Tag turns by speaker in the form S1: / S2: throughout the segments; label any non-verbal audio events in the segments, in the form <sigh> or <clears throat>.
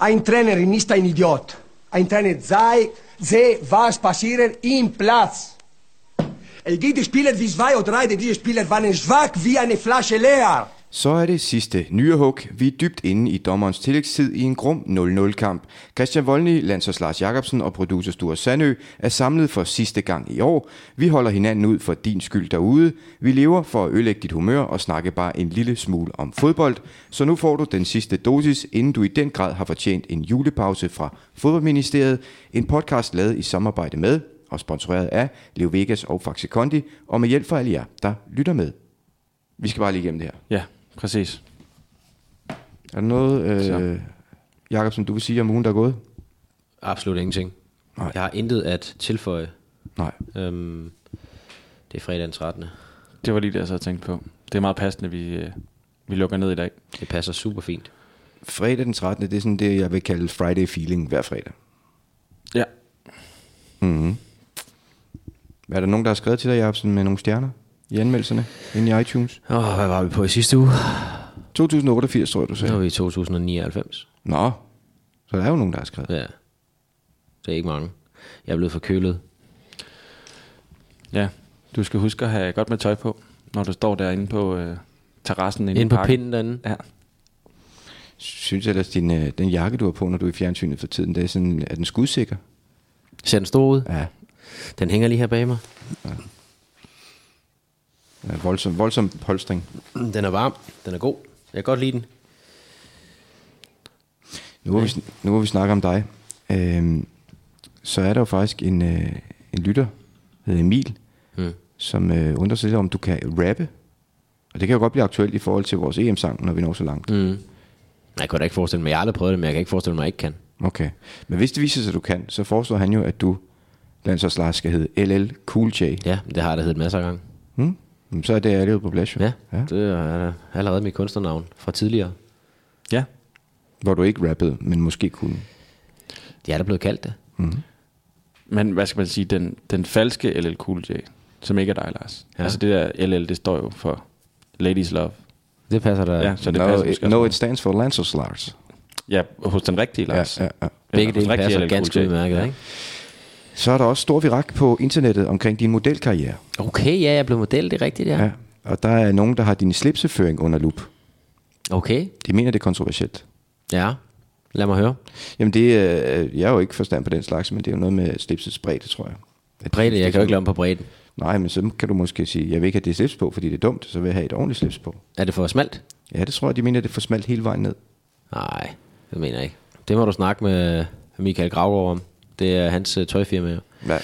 S1: Ein Trainer ist ein Idiot. Ein Trainer sei, sehe, was passiert im Platz. Es gibt Spieler wie zwei oder drei, diese Spieler waren schwach wie eine Flasche leer.
S2: Så er det sidste nyrehug. Vi er dybt inde i dommerens tillægstid i en grum 0-0-kamp. Christian Voldny, Lansers Lars Jacobsen og producer Sture Sandø er samlet for sidste gang i år. Vi holder hinanden ud for din skyld derude. Vi lever for at ødelægge dit humør og snakke bare en lille smule om fodbold. Så nu får du den sidste dosis, inden du i den grad har fortjent en julepause fra Fodboldministeriet. En podcast lavet i samarbejde med og sponsoreret af Leo Vegas og Faxe Kondi, og med hjælp fra alle jer, der lytter med. Vi skal bare lige igennem det her.
S3: Ja, præcis.
S2: Er der noget,
S3: Så.
S2: øh, Jacobsen, du vil sige om ugen, der er gået?
S4: Absolut ingenting.
S2: Nej.
S4: Jeg har intet at tilføje.
S2: Nej.
S4: Øhm, det er fredag den 13.
S3: Det var lige det, jeg så tænkte på. Det er meget passende, vi, øh, vi lukker ned i dag.
S4: Det passer super fint.
S2: Fredag den 13. Det er sådan det, jeg vil kalde Friday feeling hver fredag.
S3: Ja.
S2: Er der nogen, der har skrevet til dig, Jacobsen, med nogle stjerner i anmeldelserne inde i iTunes?
S4: Åh, oh, hvad var vi på i sidste uge?
S2: 2088, tror jeg, du
S4: Så var
S2: sagde.
S4: vi i 2099.
S2: Nå, så der er jo nogen, der har skrevet.
S4: Ja. Det er ikke mange. Jeg er blevet forkølet.
S3: Ja. Du skal huske at have godt med tøj på, når du står derinde på øh, terrassen. inde i
S4: Inde på
S3: parken.
S4: pinden derinde.
S3: Ja.
S2: Synes jeg, at din, øh, den jakke, du har på, når du er i fjernsynet for tiden, det er, sådan, er den skudsikker?
S4: Ser den stor ud?
S2: Ja.
S4: Den hænger lige her bag mig.
S2: ja voldsom, voldsom polstring.
S4: Den er varm. Den er god. Jeg kan godt lide den.
S2: Nu hvor vi, sn- nu hvor vi snakker om dig, øh, så er der jo faktisk en, øh, en lytter, der hedder Emil,
S4: Mm.
S2: som øh, undrer sig lidt om, du kan rappe. Og det kan jo godt blive aktuelt i forhold til vores EM-sang, når vi når så langt.
S4: Mm. Jeg kunne da ikke forestille mig, jeg har aldrig prøvet det, men jeg kan ikke forestille mig, at jeg ikke kan.
S2: Okay. Men hvis det viser sig, at du kan, så foreslår han jo, at du, Lansers Lars, skal hedde LL Cool J.
S4: Ja, men det har jeg da heddet masser af gange.
S2: Hmm? Jamen, Så er det allerede på plads, jo.
S4: Ja,
S2: ja.
S4: ja. det er øh, allerede mit kunstnernavn fra tidligere.
S3: ja.
S2: Hvor du ikke rappede, men måske kunne.
S4: De er da blevet kaldt det.
S3: Men hvad skal man sige, den, den falske LL Cool J, som ikke er dig, Lars. Ja.
S4: Ja.
S3: Altså det der LL, det står jo for Ladies Love.
S4: Det passer da.
S3: Ja,
S4: Ja.
S3: så det
S2: no,
S3: passer
S2: it,
S3: måske
S2: no,
S3: også.
S2: it stands for Lancers Lars.
S3: Ja, hos den rigtige Lars.
S2: Ja, ja, ja.
S4: Begge
S3: hos
S4: dele
S3: rigtig
S4: passer
S3: LL Cool
S4: ganske
S3: J.
S4: udmærket, ja. ikke?
S2: Så er der også stor virak på internettet omkring din modelkarriere.
S4: Okay, ja, jeg blev model, det er rigtigt, ja.
S2: Ja.
S4: ja.
S2: Og der er nogen, der har din slipseføring under lup.
S4: Okay,
S2: De mener, det er kontroversielt.
S4: ja. Lad mig høre.
S2: Jamen, det, øh, jeg er jo ikke forstand på den slags, men det er jo noget med slipsets bredde, tror jeg. At-
S4: Bredde, jeg kan jo ikke lave om på bredden.
S2: Nej, men så kan du måske sige, jeg vil ikke have det slips på, fordi det er dumt, så vil jeg have et ordentligt slips på.
S4: Er det for smalt?
S2: Ja, det tror jeg, de mener, det er for smalt hele vejen ned.
S4: Nej, det mener jeg ikke. Det må du snakke med Michael Gravgaard om. Det er hans øh, tøjfirma. jo.
S2: Ja.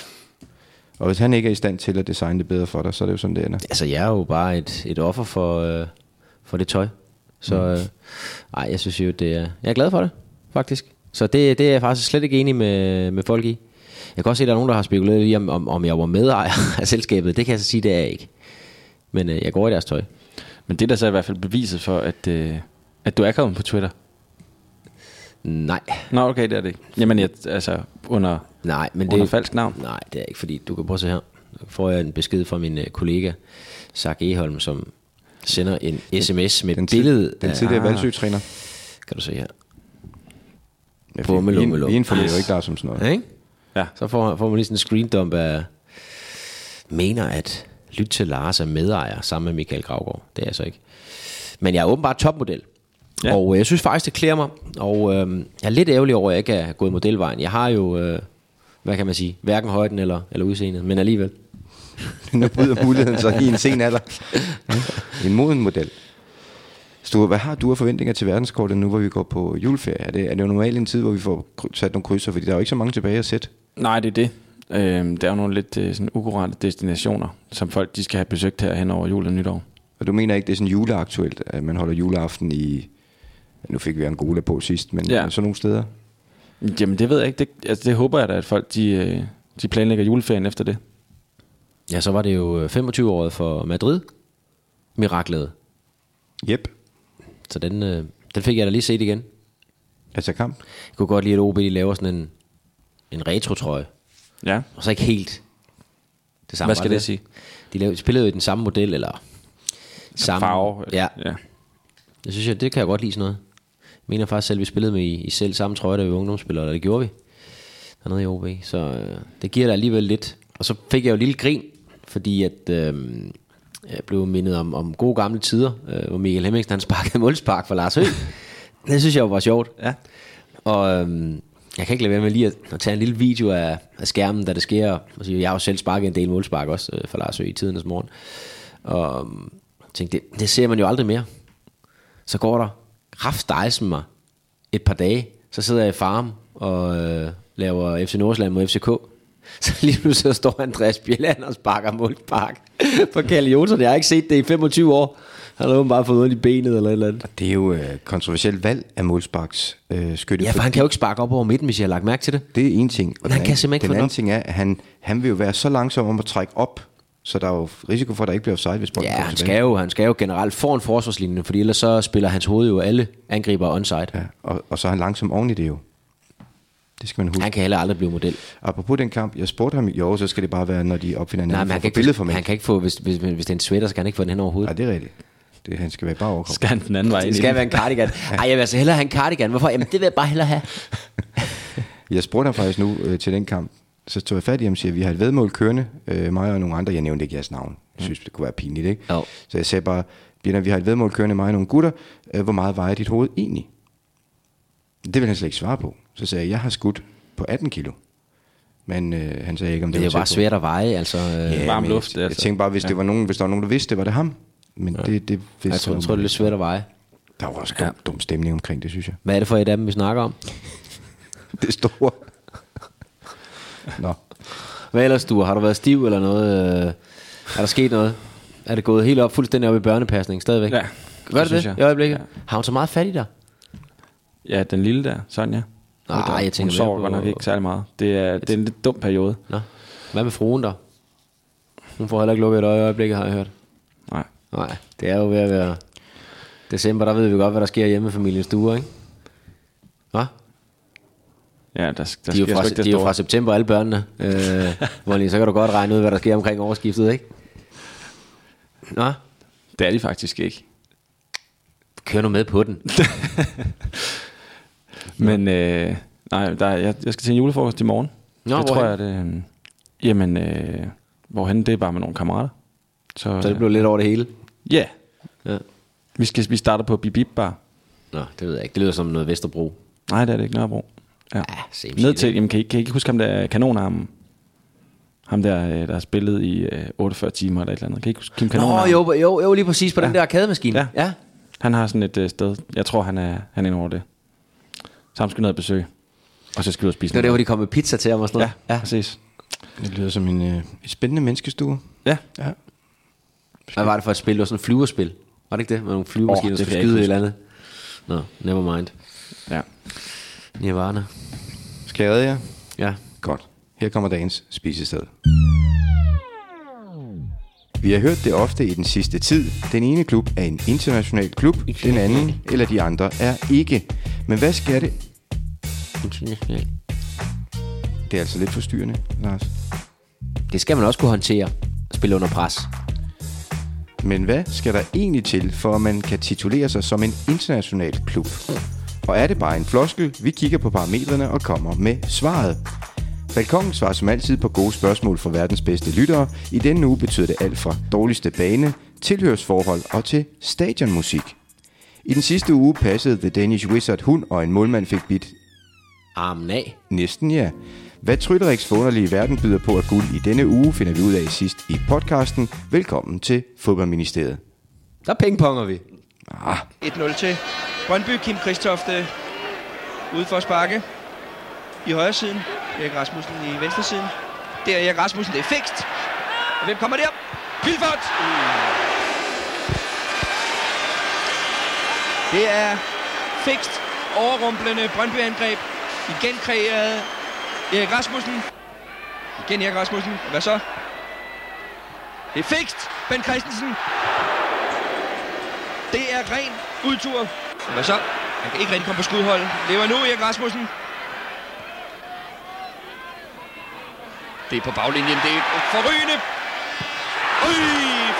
S2: Og hvis han ikke er i stand til at designe det bedre for dig, så er det jo sådan, det ender.
S4: Altså, jeg er jo bare et, et offer for, øh, for det tøj. Så
S2: Mm.
S4: øh, ej, jeg synes jo, det er... Jeg er glad for det, faktisk. Så det, det er jeg faktisk slet ikke enig med, med folk i. Jeg kan også se, at der er nogen, der har spekuleret i, om, om, om jeg var medejer <laughs> af selskabet. Det kan jeg så sige, det er jeg ikke. Men øh, jeg går i deres tøj.
S3: Men det er der så i hvert fald beviset for, at, øh, at du er kommet på Twitter.
S4: Nej,
S3: Nå, okay, det er det ikke. Jamen, jeg, altså, under,
S4: nej, men
S3: under
S4: det...
S3: falsk navn.
S4: Nej, det er ikke, fordi du kan prøve at se her. Nu får jeg en besked fra min øh, kollega, Sak Eholm, som sender en sms med
S2: Den,
S4: et
S2: tid-
S4: billede
S2: den
S4: af, Ah,
S2: tidligere valgsøgtræner.
S4: kan du se her,
S2: Ja, fordi
S4: Bummelummelum.
S2: Vi, vi informerer jo ikke der som sådan noget.
S4: Ja, ikke?
S3: Ja.
S4: Så får, får man lige sådan en screendump af, mener at lyt til Lars er medejer sammen med Michael Gravgaard. Det er jeg så ikke. Men jeg er åbenbart topmodel.
S3: Ja.
S4: Ja. Og øh, jeg synes faktisk, det klæder mig. Og øh, jeg er lidt ærgerlig over, at jeg ikke er gået modelvejen. Jeg har jo, øh, hvad kan man sige, hverken højden eller, eller udseendet, men alligevel.
S2: nu bryder muligheden sig i en sen alder. en moden model. Sture, hvad har du af forventninger til verdenskortet nu, hvor vi går på juleferie? Er det, er det jo normalt en tid, hvor vi får kry- sat nogle krydser, fordi der er jo ikke så mange tilbage at sætte?
S3: Nej, det er det. Øhm, der er jo nogle lidt øh, sådan ukurante destinationer, som folk de skal have besøgt her hen over jul og nytår.
S2: Og du mener ikke, det er sådan juleaktuelt, at man holder juleaften i... Nu fik vi Angola på sidst, men
S3: Ja.
S2: ja. sådan nogle steder.
S3: Jamen, det ved jeg ikke. Det, altså, det håber jeg da, at folk de, øh, de planlægger juleferien efter det.
S4: Ja, så var det jo 25-året for Madrid. Miraklet.
S2: Jep.
S4: Så den, øh, den fik jeg da lige set igen.
S2: Altså kamp.
S4: Jeg kunne godt lide, at OB de laver sådan en, en retro-trøje.
S3: Ja.
S4: Og så ikke helt det samme.
S3: Hvad skal
S4: var
S3: det sige?
S4: De lavede, spillede jo i den samme model, eller samme
S3: Farve.
S4: Ja,
S3: ja. <laughs>
S4: det synes jeg, det kan jeg godt lide sådan noget. mener faktisk selv, at vi spillede med i, i selv samme trøje, da vi var ungdomsspillere, eller det gjorde vi dernede i OB. Så øh, det giver da alligevel lidt. Og så fik jeg jo et lille grin, fordi at, øh, jeg blev mindet om, om gode gamle tider, øh, hvor Michael Hemmingsen han sparkede målspark for Lars Høgh. det synes jeg jo var sjovt.
S3: Ja.
S4: Og øhm, jeg kan ikke lade være med lige at, at tage en lille video af, af skærmen, da det sker. Og sige, jeg har jo selv sparket en del målspark også øh, for Lars Høgh i tidernes morgen. Og øhm, jeg tænkte, det, det ser man jo aldrig mere. Så går der kraftdejsen mig et par dage. Så sidder jeg i farm og øh, laver FC Nordsjælland mod FCK. <laughs> Så lige nu så står Andreas Bjelland og sparker målspark for Kalle Jonsson. Jeg har ikke set det i 25 år. Han har bare fået ondt i benet eller et eller andet.
S2: Det er jo øh, kontroversielt valg af målsparks øh, skytte.
S4: Ja, for han kan jo ikke sparke op over midten, hvis jeg har lagt mærke til det.
S2: Det er en ting.
S4: Men han kan simpelthen ikke
S2: den
S4: få den
S2: anden
S4: op.
S2: ting er, at han, han vil jo være så langsom om at trække op, så der er jo risiko for, at der ikke bliver offside, hvis bolden
S4: Ja,
S2: kommer
S4: han
S2: tilbage.
S4: skal, jo, han skal jo generelt foran forsvarslinjen, fordi ellers så spiller hans hoved jo alle angriber onside. Ja.
S2: Ja, og, og så er han langsom oven i det jo. Det skal man huske.
S4: Han kan heller aldrig blive model.
S2: Apropos den kamp, jeg spurgte ham, jo, så skal det bare være, når de opfinder en
S4: Nej,
S2: anden
S4: men han
S2: form
S4: kan,
S2: for billede for
S4: ikke,
S2: mig.
S4: han kan ikke få, hvis, hvis, hvis det er en sweater, så kan han ikke få den hen over hovedet.
S2: Nej, det er rigtigt. Det, han skal være bare overkommet.
S3: Skal han den anden vej ind
S4: Det
S3: i
S4: skal
S3: den?
S4: være en cardigan. Ej, jeg vil altså hellere have en cardigan. Hvorfor? Jamen, det vil jeg bare hellere have.
S2: Jeg spurgte ham faktisk nu øh, til den kamp, så tog jeg fat i ham og siger, vi har et vedmål kørende, øh, mig og nogle andre, jeg nævnte ikke jeres navn, jeg synes, det kunne være pinligt, ikke?
S4: Jo.
S2: Så jeg sagde bare, Bjørn, vi har et vedmål kørende, mig og nogle gutter, øh, hvor meget vejer dit hoved egentlig? Det ville han slet ikke svare på. Så sagde jeg, jeg har skudt på 18 kilo. Men øh, han sagde ikke, om det,
S4: Det
S2: var
S4: er jo
S2: tæt
S4: bare
S2: på.
S4: svært at veje, altså. øh,
S2: Ja,
S3: Varm
S2: men jeg-
S3: luft,
S2: Jeg,
S3: altså.
S2: tænkte bare, hvis, ja. det var nogen, hvis der var nogen, der vidste, det var det ham. Men ja. det, det vidste
S4: Jeg tror, jeg tror, det er lidt svært at veje.
S2: Der var også dum, ja. dum stemning omkring det, synes jeg. <laughs>
S4: Hvad er det for et af dem, vi snakker om?
S2: Det store. Nå.
S4: Hvad ellers, du? Har du været stiv eller noget? Øh, Er der sket noget? Er det gået helt op, fuldstændig op i børnepasning stadigvæk?
S3: Ja,
S4: Gør det
S3: synes
S4: det,
S3: jeg.
S4: i øjeblikket?
S3: Ja.
S4: Har hun så meget fat i dig?
S3: Ja, den lille der, Sonja.
S4: Nej,
S3: Hun-
S4: jeg tænker
S3: Hun sover
S4: mere på-
S3: godt nok ikke særlig meget. Det er, det er en lidt dum periode.
S4: Nå. Hvad med fruen der? Hun får heller ikke lukket et øje i øjeblikket, har jeg hørt.
S3: Nej.
S4: Nej, det er jo ved at være december, der ved vi godt, hvad der sker hjemme i familiens stuer, ikke? Hva?
S3: Ja, der, der
S4: De er, jo
S3: sker sgu
S4: fra,
S3: ikke det
S4: de er jo
S3: store.
S4: fra september, alle børnene. <laughs> Øh, Molly, så kan du godt regne ud, hvad der sker omkring overskiftet, ikke? Nå,
S3: Det er de faktisk ikke.
S4: kør nu med på den.
S3: Men øh, nej, der, er- jeg, jeg skal til en julefrokost i morgen.
S4: Nå,
S3: det tror jeg,
S4: hvorhen?
S3: det, øh, jamen, øh, hvorhen, det er bare med nogle kammerater. Så, øh,
S4: Så det blev lidt over det hele.
S3: Ja, yeah.
S4: Ja.
S3: vi, skal, vi starter på Bibib Bar.
S4: Nå, det ved jeg ikke. Det lyder som noget Vesterbro.
S3: Nej, det er det ikke, Nørrebro. Ja.
S4: Ah, same
S3: Ned
S4: shit,
S3: til, jamen, kan, I, kan I ikke huske ham der kanonarmen? Ham der, øh, der har spillet i øh, 48 timer eller et eller andet. Kan I ikke huske Kim
S4: Nå,
S3: Kanonarmen?
S4: jo, jo, jo, lige præcis på ja. den der arkademaskine.
S3: Ja.
S4: Ja. ja.
S3: Han har sådan et øh, sted. Jeg tror, han er, han er inde over det. Så ham skal vi ned og besøge. Og så skal vi ud og spise
S4: Det var der,
S3: noget.
S4: hvor de kom med pizza til ham og sådan noget.
S3: Ja, ja, præcis.
S2: Det lyder som en øh, et spændende menneskestue.
S3: Ja,
S2: Ja.
S4: Hvad var det for et spil? Det var sådan et flyverspil. Var det ikke det? Med nogle flyvemaskiner,
S3: Åh,
S4: oh,
S3: det
S4: der
S3: kan jeg
S4: skulle
S3: ikke
S4: skyde et
S3: huske.
S4: eller andet. Nå, never mind.
S3: ja.
S4: Nirvana.
S2: Skal jeg redde jer?
S4: Ja.
S2: Godt. Her kommer dagens spisested. Vi har hørt det ofte i den sidste tid. Den ene klub er en international klub, den anden eller de andre er ikke. Men hvad skal det? Det er altså lidt forstyrrende, Lars.
S4: Det skal man også kunne håndtere. At spille under pres.
S2: Men hvad skal der egentlig til, for at man kan titulere sig som en international klub? Og er det bare en floskel? Vi kigger på parametrene og kommer med svaret. Balkongen svarer som altid på gode spørgsmål fra verdens bedste lyttere. I denne uge betyder det alt fra dårligste bane, tilhørsforhold og til stadionmusik. I den sidste uge passede The Danish Wizard hund, og en målmand fik bidt
S4: Armen af.
S2: Næsten ja. Hvad Trylleriks forunderlige verden byder på af guld i denne uge, finder vi ud af sidst i podcasten. Velkommen til Fodboldministeriet.
S4: Der pingponger vi.
S5: 1-0 til Brøndby. Kim Kristofte ude for at sparke. I højre siden. Erik Rasmussen i venstre siden. Der er Erik Rasmussen. Det er fikst. Og hvem kommer der? Pilfort! Det er fikst overrumplende Brøndby-angreb. Igen kreeret Erik Rasmussen. Igen Erik Rasmussen. Hvad så? Det er fikst. Ben Christensen det er ren udtur. Hvad så? Han kan ikke rigtig komme på skudhold. Lever nu Erik Rasmussen. Det er på baglinjen. Det er forrygende. Øj,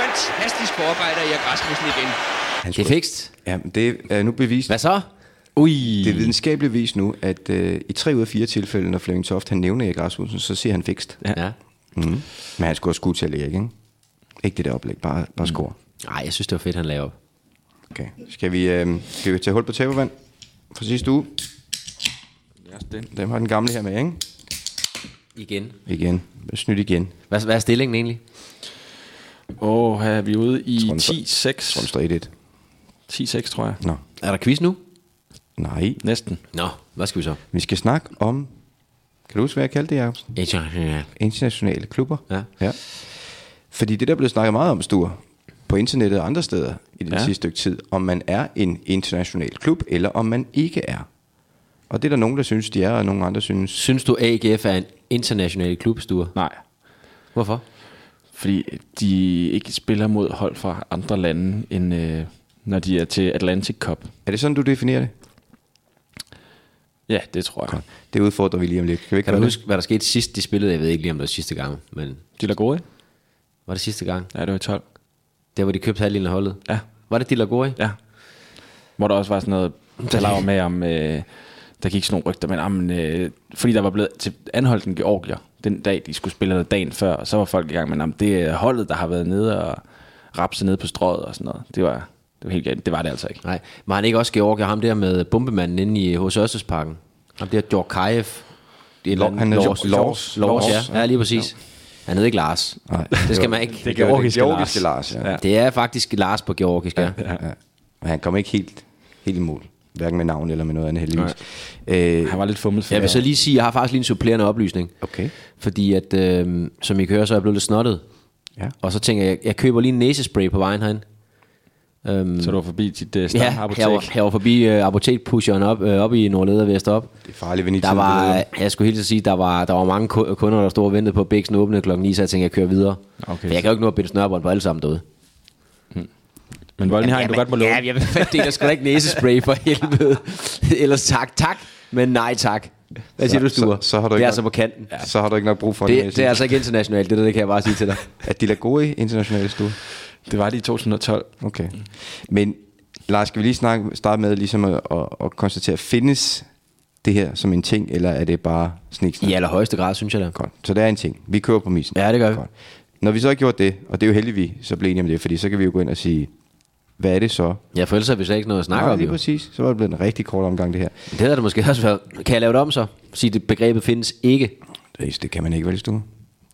S5: fantastisk forarbejder Erik Rasmussen igen.
S2: Han
S4: Det er fikst.
S2: Ja, men det er nu bevist.
S4: Hvad så?
S3: Ui.
S2: Det er videnskabeligt vis nu, at øh, i tre ud af fire tilfælde, når Flemming Toft han nævner Erik Rasmussen, så siger han fikst.
S3: Ja.
S4: Ja.
S2: Mm. Men han skulle også skudt til Erik, ikke? Ikke det der oplæg, bare, bare score.
S4: Nej, jeg synes, det var fedt, han lagde op.
S2: Okay. Skal vi, øh, skal vi tage hul på tæppevand fra sidste uge?
S3: Ja, det.
S2: Dem har den gamle her med, ikke?
S4: Igen.
S2: Igen. Snydt igen.
S4: Hvad, hvad er stillingen egentlig?
S3: Åh, her er vi ude i
S2: Tror den står-
S3: 10-6.
S2: Som står 1-1.
S3: 10-6, tror jeg.
S2: Nå,
S4: Er der quiz nu?
S2: nej.
S3: Næsten.
S4: Nå, hvad skal vi så?
S2: Vi skal snakke om, kan du huske, hvad jeg kaldte det, Jacobsen?
S4: International.
S2: Internationale klubber.
S4: Ja.
S2: ja. Fordi det, der er blevet snakket meget om, Stur, på internettet og andre steder i det
S3: Ja.
S2: ja. sidste stykke tid, om man er en international klub, eller om man ikke er. Og det er der nogen, der synes, de er, og nogen andre synes,
S4: Synes du, AGF er en international klubstue?
S3: Nej.
S4: Hvorfor?
S3: Fordi de ikke spiller mod hold fra andre lande, end øh, når de er til Atlantic Cup.
S2: er det sådan, du definerer det?
S3: Ja, det tror jeg.
S2: Det udfordrer vi lige om lidt. Kan vi ikke
S4: Kan du
S2: gøre
S4: huske, hvad der skete sidst, de spillede? Jeg ved ikke lige, om det var sidste gang, men
S3: De er gode, ikke?
S4: var det sidste gang?
S3: Ja, det var i 12.
S4: Der, hvor de købte halvdelen af holdet?
S3: Ja.
S4: Var det Dilagori?
S3: Ja. Hvor der også var sådan noget palaver med om, øh, der gik sådan nogle rygter, men, ah, men øh, fordi der var blevet til anholdt en georgier den dag, de skulle spille noget dagen før, og så var folk i gang med, at det er holdet, der har været nede og rapset nede på strøget og sådan noget. Det var, det var helt galt. Det var det altså ikke.
S4: Nej, var han ikke også Georg og ham der med bombemanden inde i hos Ørstedsparken? Ham der Djorkaev. Det er
S2: Lov- han hed
S4: Lars.
S2: Jo- Lars.
S4: Lars,
S2: Lars,
S4: ja. ja. lige præcis. Han hed ikke Lars.
S2: Nej.
S4: det skal man ikke.
S2: Det gør det. Georgiske Lars. ja.
S4: Ja. Det er faktisk Lars på georgisk, ja. ja.
S2: Ja. Men han kom ikke helt, helt i mål. Hverken med navn eller med noget andet heldigvis. Øh,
S3: Han var lidt fumlet for
S4: Jeg vil så lige sige, at jeg har faktisk lige en supplerende oplysning.
S2: Okay.
S4: Fordi at, øh, som I kan høre, så er jeg blevet lidt snottet.
S2: Ja.
S4: Og så tænker jeg, jeg køber lige en næsespray på vejen herind. Øhm,
S3: så du var forbi dit øh,
S4: Ja,
S3: stamme
S4: jeg var, jeg var forbi øh, apotekpusheren op, øh, op i Nordleder ved at stoppe.
S2: Det er farligt ved
S4: Der var, jeg skulle helt sige, der var, der var mange ku- kunder, der stod og ventede på, at Bæksen åbnede klokken 9, så jeg tænkte, jeg kører videre.
S3: Okay,
S4: For jeg kan jo ikke nå at binde snørbånd på alle sammen derude.
S3: Men volden har du godt må love.
S4: Ja, jeg ved fandme, <laughs> det er sgu da ikke
S2: <laughs>
S4: næsespray for helvede. Ellers tak, tak, men nej tak. Hvad siger
S2: Så-
S4: du, Sture?
S2: så- så har du
S4: det
S2: ikke
S4: er
S2: nok-
S4: altså på kanten. Ja.
S2: Ja. Så har du ikke nok brug for det.
S4: Det, det er altså ikke internationalt, det der, det kan jeg bare sige til
S2: <laughs>
S4: dig.
S2: At de er gode i internationale stue.
S3: Det var det i 2012.
S2: Okay. Men Lars, skal vi lige snakke, starte med ligesom at, at, at konstatere, findes det her som en ting, eller er det bare sniksnak?
S4: I allerhøjeste grad, synes jeg da.
S2: Godt. Så det er en ting. Vi kører på misen.
S4: Ja, det gør vi.
S2: Godt. Når vi så har gjort det, og det er jo heldigt, vi så bliver enige om det, fordi så kan vi jo gå ind og sige, hvad er det så?
S4: Ja, for ellers har vi slet ikke noget at snakke
S2: Nej,
S4: om.
S2: lige
S4: Jo.
S2: præcis. Så var det blevet en rigtig kort omgang, det her.
S4: Det havde det måske også været. Kan jeg lave det om så? Sige, det begrebet findes ikke.
S2: Det, det kan man ikke, vel, du?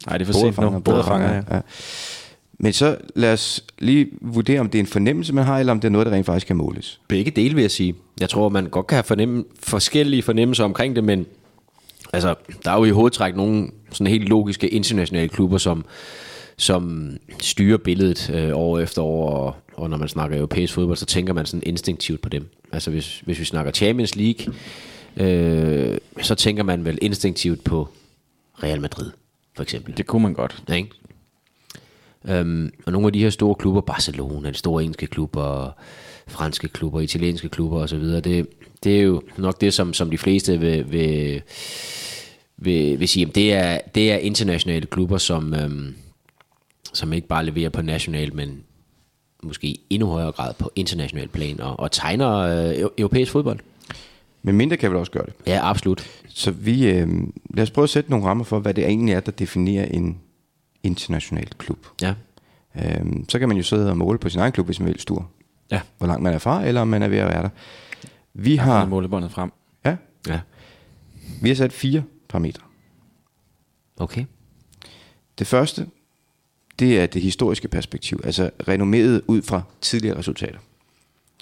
S3: Nej, det er for sent nu. Bådefanger, ja.
S2: ja. Men så lad os lige vurdere, om det er en fornemmelse, man har, eller om det er noget, der rent faktisk kan måles.
S4: Begge dele, vil jeg sige. Jeg tror, man godt kan have fornemme, forskellige fornemmelser omkring det, men altså, der er jo i hovedtræk nogle sådan helt logiske internationale klubber, som, som styrer billedet øh, år efter år, og, og når man snakker europæisk fodbold, så tænker man sådan instinktivt på dem. Altså hvis, hvis vi snakker Champions League, øh, så tænker man vel instinktivt på Real Madrid, for eksempel.
S3: Det kunne man godt.
S4: Ja, ikke? Øhm, og nogle af de her store klubber, Barcelona, de store engelske klubber, og franske klubber, italienske klubber osv., det, det er jo nok det, som, som de fleste vil, vil, vil, vil sige, at det er, det er internationale klubber, som, øhm, som ikke bare leverer på national, men måske i endnu højere grad på international plan, og, og tegner øh, eu- europæisk fodbold.
S2: Men mindre kan vel også gøre det.
S4: Ja, absolut.
S2: Så vi, øh, lad os prøve at sætte nogle rammer for, hvad det egentlig er, der definerer en international klub.
S4: Ja.
S2: Øh, så kan man jo sidde og måle på sin egen klub, hvis man vil, Stur.
S3: Ja.
S2: Hvor langt man er fra, eller om man er ved at være der. Vi
S3: Ah.
S2: har,
S3: Målebåndet frem.
S2: ja,
S4: ja.
S2: vi har sat fire parametre.
S4: Okay.
S2: Det første, det er det historiske perspektiv, altså renommeret ud fra tidligere resultater.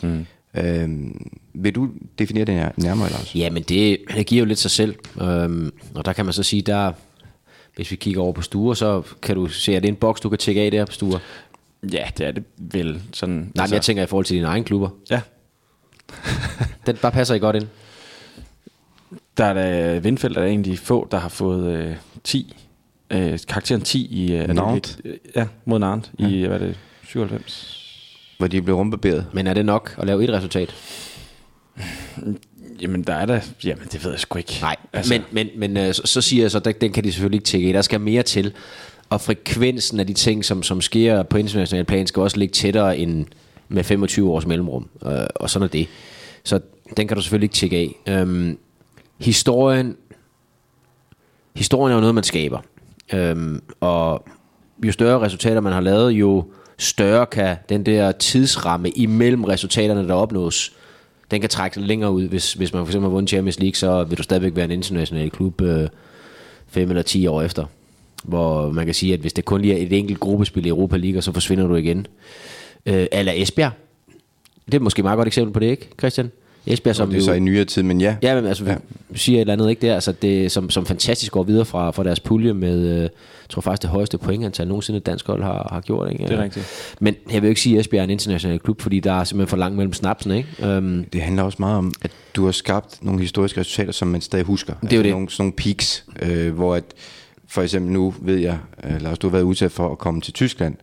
S3: Mm.
S2: Øhm, vil du definere det nær- nærmere, Lars?
S4: Ja, men det, det giver jo lidt sig selv. Øhm, og der kan man så sige, der, hvis vi kigger over på Sture, så kan du se, at det er en boks, du kan tjekke af der på Sture.
S3: Ja, det er det vel. Sådan, altså.
S4: Nej, men jeg tænker i forhold til dine egne klubber.
S3: Ja,
S4: Den bare passer I godt ind.
S3: der er da Vindfeldt, der er en af de få, der har fået øh, 10, øh, karakteren 10 i... Øh,
S2: Nantes.
S3: atletik- øh, ja, mod Nantes ja. i, øh, hvad er det, 97?
S2: Hvor de blev rumbarberet.
S4: Men er det nok at lave et resultat?
S3: Jamen, der er der... Jamen, det ved jeg sgu ikke.
S4: Nej, altså. men, men, men øh, så, så siger jeg så, den, den kan de selvfølgelig ikke tjekke af. Der skal mere til. Og frekvensen af de ting, som, som sker på international plan, skal også ligge tættere end med 25 års mellemrum. Øh, og sådan er det. Så den kan du selvfølgelig ikke tjekke af. Øhm, historien, historien er jo noget, man skaber. Øhm, og jo større resultater man har lavet, jo større kan den der tidsramme imellem resultaterne, der opnås, den kan trække sig længere ud. Hvis, hvis man for eksempel har vundet Champions League, så vil du stadigvæk være en international klub øh, 5 eller 10 år efter. Hvor man kan sige, at hvis det kun lige er et enkelt gruppespil i Europa League, og så forsvinder du igen. Øh, eller Esbjerg. Det er måske et meget godt eksempel på det, ikke Christian? Esbjerg, som
S2: Det er
S4: jo-
S2: så i nyere tid, men ja.
S4: Ja, men altså, ja. siger et eller andet ikke der, altså det, som, som fantastisk går videre fra, fra deres pulje med, øh, jeg tror faktisk det højeste pointantal nogensinde et dansk hold har, har gjort. Ikke?
S3: Det er rigtigt.
S4: Men jeg vil jo ikke sige, at Esbjerg er en international klub, fordi der er simpelthen for langt mellem snapsene. Ikke? Øhm,
S2: Det handler også meget om, at du har skabt nogle historiske resultater, som man stadig husker. Det
S4: er jo det.
S2: Nogle, sådan nogle peaks, øh, hvor at, for eksempel nu ved jeg, øh, Lars, du har været udsat for at komme til Tyskland,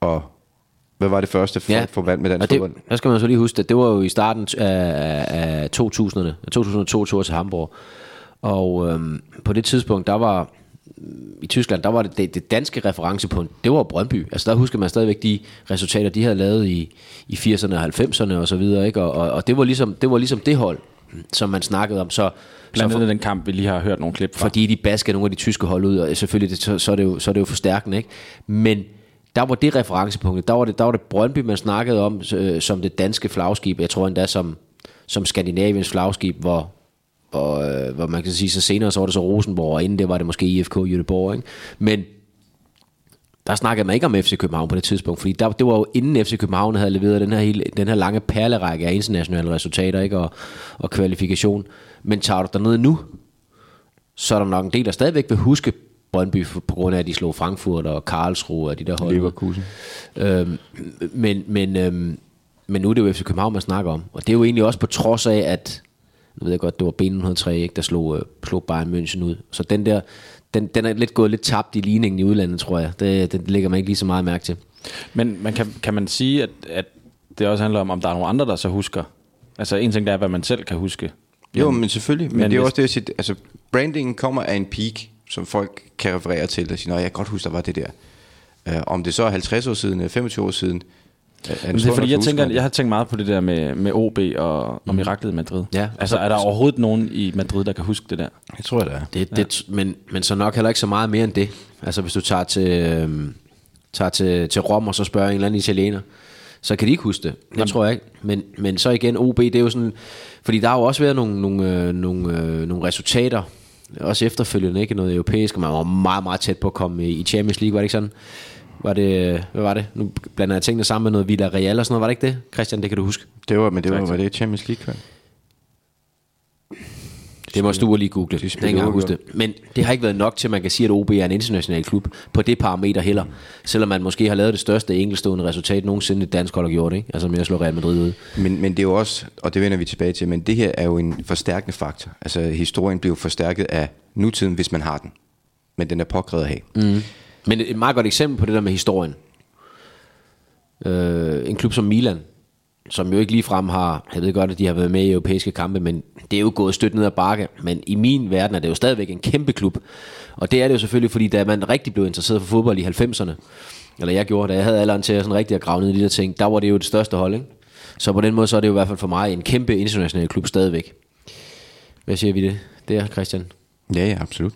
S2: og hvad var det første for, ja. for valg med dansk
S4: og det,
S2: fodbold?
S4: der skal man så lige huske, at det var jo i starten af, af 2000'erne, 2002 tur til Hamburg. Og øhm, på det tidspunkt, der var i Tyskland, der var det, det, det danske referencepunkt, det var Brøndby. Altså der husker man stadigvæk de resultater, de havde lavet i, i 80'erne og 90'erne og så videre. Ikke? Og, og, og det, var ligesom, det var ligesom det hold, som man snakkede om. Så, så
S3: Blandt andet den kamp, vi lige har hørt nogle klip fra.
S4: fordi de baskede nogle af de tyske hold ud, og selvfølgelig, det, så, så, er det jo, så er det jo forstærkende, ikke? Men der var det referencepunktet, der var det, der var det Brøndby, man snakkede om, øh, som det danske flagskib, jeg tror endda som, som Skandinaviens flagskib, hvor, hvor, øh, hvor man kan sige, så senere så var det så Rosenborg, og inden det var det måske IFK Jødeborg, ikke? Men der snakkede man ikke om FC København på det tidspunkt, fordi der, det var jo inden FC København havde leveret den her, hele, den her lange perlerække af internationale resultater ikke? Og, og kvalifikation. Men tager du derned nu, så er der nok en del, der stadigvæk vil huske Brøndby for- på grund af, at de slog Frankfurt og Karlsruhe og de der hold. Leverkusen. Øhm, men, men, øhm, men nu er det jo FC København, man snakker om. Og det er jo egentlig også på trods af, at nu ved jeg godt, det var B103, ikke, der slog, øh, slog Bayern München ud. Så den der, den, den er lidt gået lidt tabt i ligningen i udlandet, tror jeg. Det, den lægger man ikke lige så meget mærke til.
S3: Men man kan, kan man sige, at, at det også handler om, om der er nogle andre, der så husker? Altså en ting der er, hvad man selv kan huske.
S2: Jo, men selvfølgelig. Men,
S3: men
S2: men det er
S3: hvis-
S2: også det, jeg siger. Altså, brandingen kommer af en peak, som folk kan referere til og sige, nej, jeg kan godt huske, der var det der. Uh, om det så er 50 år siden, øh, 25 år siden, er- er
S3: Men det er fordi, jeg, tænker, jeg
S2: jeg...
S3: har tænkt meget på det der med, med OB og,
S2: Mm.
S3: og miraklet i Madrid.
S4: Ja.
S3: Altså er der overhovedet nogen i Madrid, der kan huske det der?
S2: jeg tror, det er.
S4: Det, det, men, men så nok heller ikke så meget mere end det. Altså hvis du tager til, øhm, tager til, til Rom og så spørger en eller anden italiener, så kan de ikke huske det. Det Jamen. tror jeg ikke. Men, men så igen, OB, det er jo sådan... Fordi der har jo også været nogle, nogle, øh, nogle, øh, nogle resultater, også efterfølgende, ikke noget europæisk, og man var meget, meget tæt på at komme i i Champions League, var det ikke sådan? Var det, hvad var det? Nu blander jeg tingene sammen med noget Villarreal og sådan noget, var det ikke det? Christian, det kan du huske.
S2: Det var, men det var, var det Champions League kvalg?
S4: Det må Sture lige google. Det
S2: spiller
S4: kan ikke engang huske
S2: uafgjort.
S4: det. Men det har ikke været nok til, at man kan sige, at OB er en international klub på det parameter heller. Selvom man måske har lavet det største enkeltstående resultat nogensinde et dansk hold har gjort, ikke? Altså med at slå Real Madrid ud.
S2: Men, men det er jo også, og det vender vi tilbage til, men det her er jo en forstærkende faktor. Altså historien bliver jo forstærket af nutiden, hvis man har den. Men den er påkrævet at have. Mm.
S4: Men et meget godt eksempel på det der med historien. Øh, en klub som Milan, som jo ikke ligefrem har, jeg ved godt, at de har været med i europæiske kampe, men det er jo gået stødt ned ad bakke. Men i min verden er det jo stadigvæk en kæmpe klub. Og det er det jo selvfølgelig, fordi da man rigtig blev interesseret for fodbold i 90'erne, eller jeg gjorde, da jeg havde alderen til at sådan rigtig at grave ned i de der ting, der var det jo det største hold, ikke? Så på den måde, så er det jo i hvert fald for mig en kæmpe international klub stadigvæk. Hvad siger vi det? Det er Christian.
S2: Ja, ja, absolut.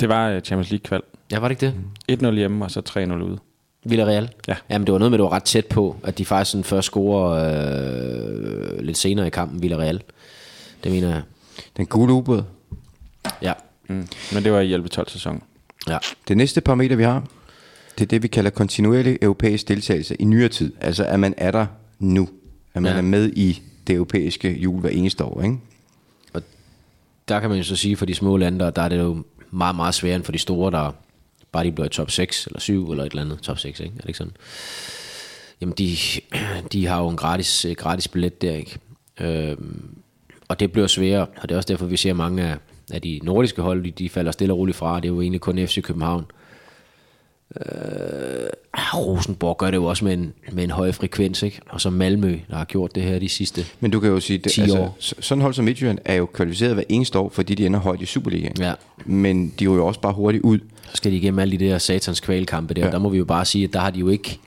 S3: Det var øh, Champions League kval.
S4: Ja, var det ikke det?
S3: 1-0 hjemme, og så 3-0 ude.
S4: Villarreal?
S3: Ja.
S4: Jamen, det var noget med, at det var ret tæt på, at de faktisk sådan først scorer øh, lidt senere i kampen, Villarreal. Det mener jeg.
S2: Den gule ubåd.
S4: Ja.
S3: Mm. Men det var i 11-12-sæsonen.
S4: ja.
S2: Det næste parameter, vi har, det er det, vi kalder kontinuerlig europæisk deltagelse i nyere tid. Altså, at man er der nu. At man ja.
S4: Ja.
S2: er med i det europæiske jul hver eneste år, ikke?
S4: Der kan man jo så sige, for de små lande, der, der er det jo meget, meget sværere end for de store, der bare de bliver i top 6 eller 7 eller et eller andet. Top 6, ikke? Er det ikke sådan? Jamen, de, <clears throat> de har jo en gratis, øh, gratis billet der, ikke? Øhm, og det bliver sværere, og det er også derfor, vi ser mange af, af de nordiske hold, de, de falder stille og roligt fra. Det er jo egentlig kun FC København, Ah, Rosenborg gør det jo også med en, med en høj frekvens, ikke? Og så Malmø, der har gjort det her de sidste.
S2: Men du kan jo sige,
S4: 10
S2: det, altså,
S4: år.
S2: så- sådan hold som Midtjylland er jo kvalificeret hver eneste år, fordi de ender højt i Superligaen.
S4: Ja.
S2: Men de ryger jo også bare hurtigt ud.
S4: Så skal de igennem alle de der satans kvalkampe der. Ja.
S2: Ja.
S4: Der må vi jo bare sige, at der har de jo ikke...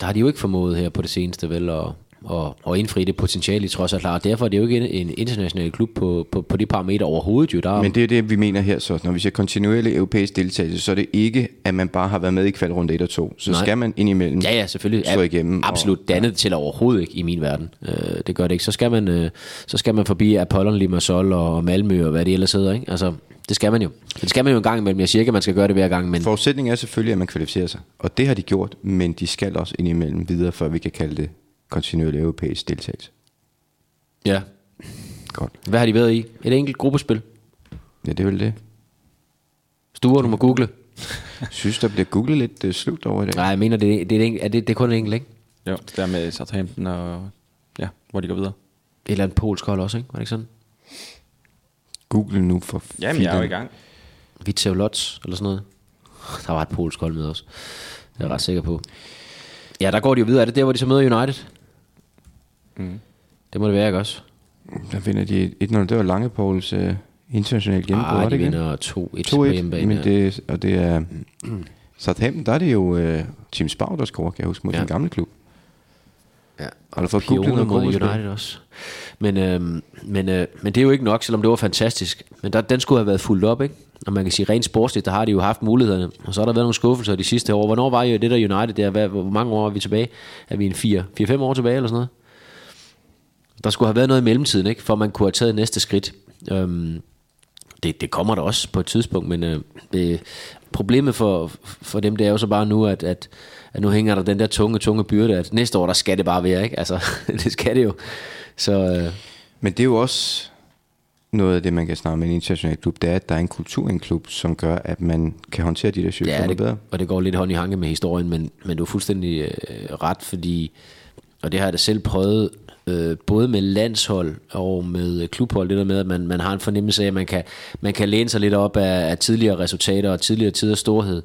S4: Der har de jo ikke formået her på det seneste, vel? Og, og, og indfri det potentiale, de trods alt har. Og derfor er det jo ikke en, en international klub på, på, på de parametre overhovedet. Jo. Der er,
S2: Men det er det, vi mener her så. Når vi siger kontinuerlig europæisk deltagelse, så er det ikke, at man bare har været med i kvalrunde 1 og 2. Så
S4: Nej.
S2: Nej. skal man indimellem
S4: ja, ja, selvfølgelig.
S2: slå
S4: Ab-
S2: igennem.
S4: Absolut.
S2: Og,
S4: Det andet tæller overhovedet ikke i min verden. Øh, det gør det ikke. Så skal man, øh, så skal man forbi Apollon, Limassol og Malmø og hvad det ellers hedder. Ikke? Altså, det skal man jo. Det skal man jo en gang imellem. Jeg siger ikke, at man skal gøre det hver gang, men
S2: forudsætningen er selvfølgelig, at man kvalificerer sig. Og det har de gjort, men de skal også indimellem videre, før vi kan kalde det kontinuerlig europæisk deltagelse.
S4: ja.
S2: Godt.
S4: Hvad har de været i? Et enkelt gruppespil.
S2: Ja, det er vel det.
S4: Stuer, du må google.
S2: Jeg synes, der bliver googlet lidt øh, slut over i dag.
S4: Nej, jeg mener, det, er- det, er, et enkelt- er det, det er kun en enkelt, ikke?
S3: Jo, der med Southampton og... Ja, hvor de går videre.
S4: Et eller andet polsk hold også, ikke? Var det ikke sådan?
S2: Google nu for
S3: Jamen, jeg er jo
S2: filan.
S3: i gang.
S4: Vitsev Lodz, eller sådan noget. Der var et polsk hold med os. Det er jeg ret sikker på. Ja, der går de jo videre. Er det der, hvor de så møder United? Mm. Det må det være, ikke også?
S2: Der vinder de 1-0. Det var Lange Pouls øh, internationale gennembrud. var
S4: Nej,
S2: det
S4: de
S2: ikke det?
S4: vinder 2-1 på
S2: 2-1,
S4: hjemmebane.
S2: men
S4: ja. Mm.
S2: det, og det er Southampton, der er det jo øh, Tim Spau, der scorer, kan jeg huske, mod
S4: Ja.
S2: ja. den gamle klub.
S4: Ja.
S2: Har du fået
S4: Pione
S2: googlet noget
S4: mod
S2: gruppespil?
S4: United også. Men, øh, men, øh, men det er jo ikke nok, selvom det var fantastisk. Men der, den skulle have været fuldt op, ikke? Og man kan sige, rent sportsligt, der har de jo haft mulighederne. Og så har der været nogle skuffelser de sidste år. Hvornår var jo det der United der? Hvad, hvor mange år er vi tilbage? Er vi en 4-5 år tilbage eller sådan noget? Der skulle have været noget i mellemtiden, ikke? For man kunne have taget næste skridt. Øhm, det, det kommer der også på et tidspunkt, men øh, det, problemet for, for dem, det er jo så bare nu, at, at, at nu hænger der den der tunge, tunge byrde, at næste år, der skal det bare være, ikke? Altså, <laughs> det skal det jo. Så øh,
S2: Men det er jo også noget af det, man kan snakke med en international klub, det er, at der er en kultur i en klub, som gør, at man kan håndtere de der situationer
S4: ja,
S2: ja, bedre.
S4: det, og det går lidt hånd i hanke med historien, men, men du er fuldstændig øh, ret, fordi, og det har jeg da selv prøvet, øh, både med landshold og med øh, klubhold, det der med, at man, man har en fornemmelse af, at man kan, man kan læne sig lidt op af, af tidligere resultater og tidligere tiders storhed.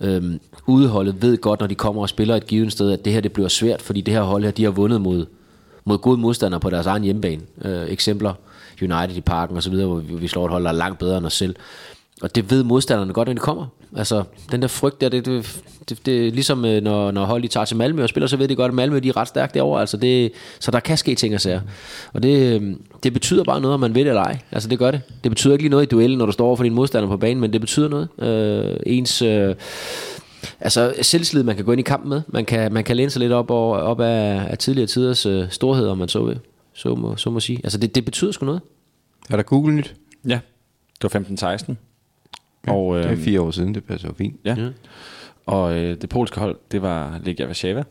S4: Øhm, udeholdet ved godt, når de kommer og spiller et givet sted, at det her det bliver svært, fordi det her hold her, de har vundet mod, mod gode modstandere på deres egen hjemmebane. Øh, eksempler, United i parken osv., hvor vi, vi slår et hold, der er langt bedre end os selv. Og det ved modstanderne godt, når de kommer. Altså, den der frygt der, det, det, det, det er ligesom, øh, når, når hold de tager til Malmø og spiller, så ved de godt, at Malmø de er ret stærkt derovre. Altså det, så der kan ske ting og sager. Og det, øh, det betyder bare noget, om man ved det eller ej. Altså det gør det. Det betyder ikke lige noget i duellen, når du står over for din modstander på banen, men det betyder noget. Øh, ens... Øh, Altså selvslid, man kan gå ind i kampen med. Man kan, man kan læne sig lidt op, og, op af, af tidligere tiders øh, storhed, om man så vil. Så må, så må sige. Altså det, det betyder sgu noget.
S2: Er der Google nyt?
S3: Ja, det var 15-16.
S2: Ja,
S3: og,
S2: det er
S3: øhm,
S2: fire år siden, det passer jo fint.
S3: Ja. Og øh, det polske hold, det var Legia Warszawa.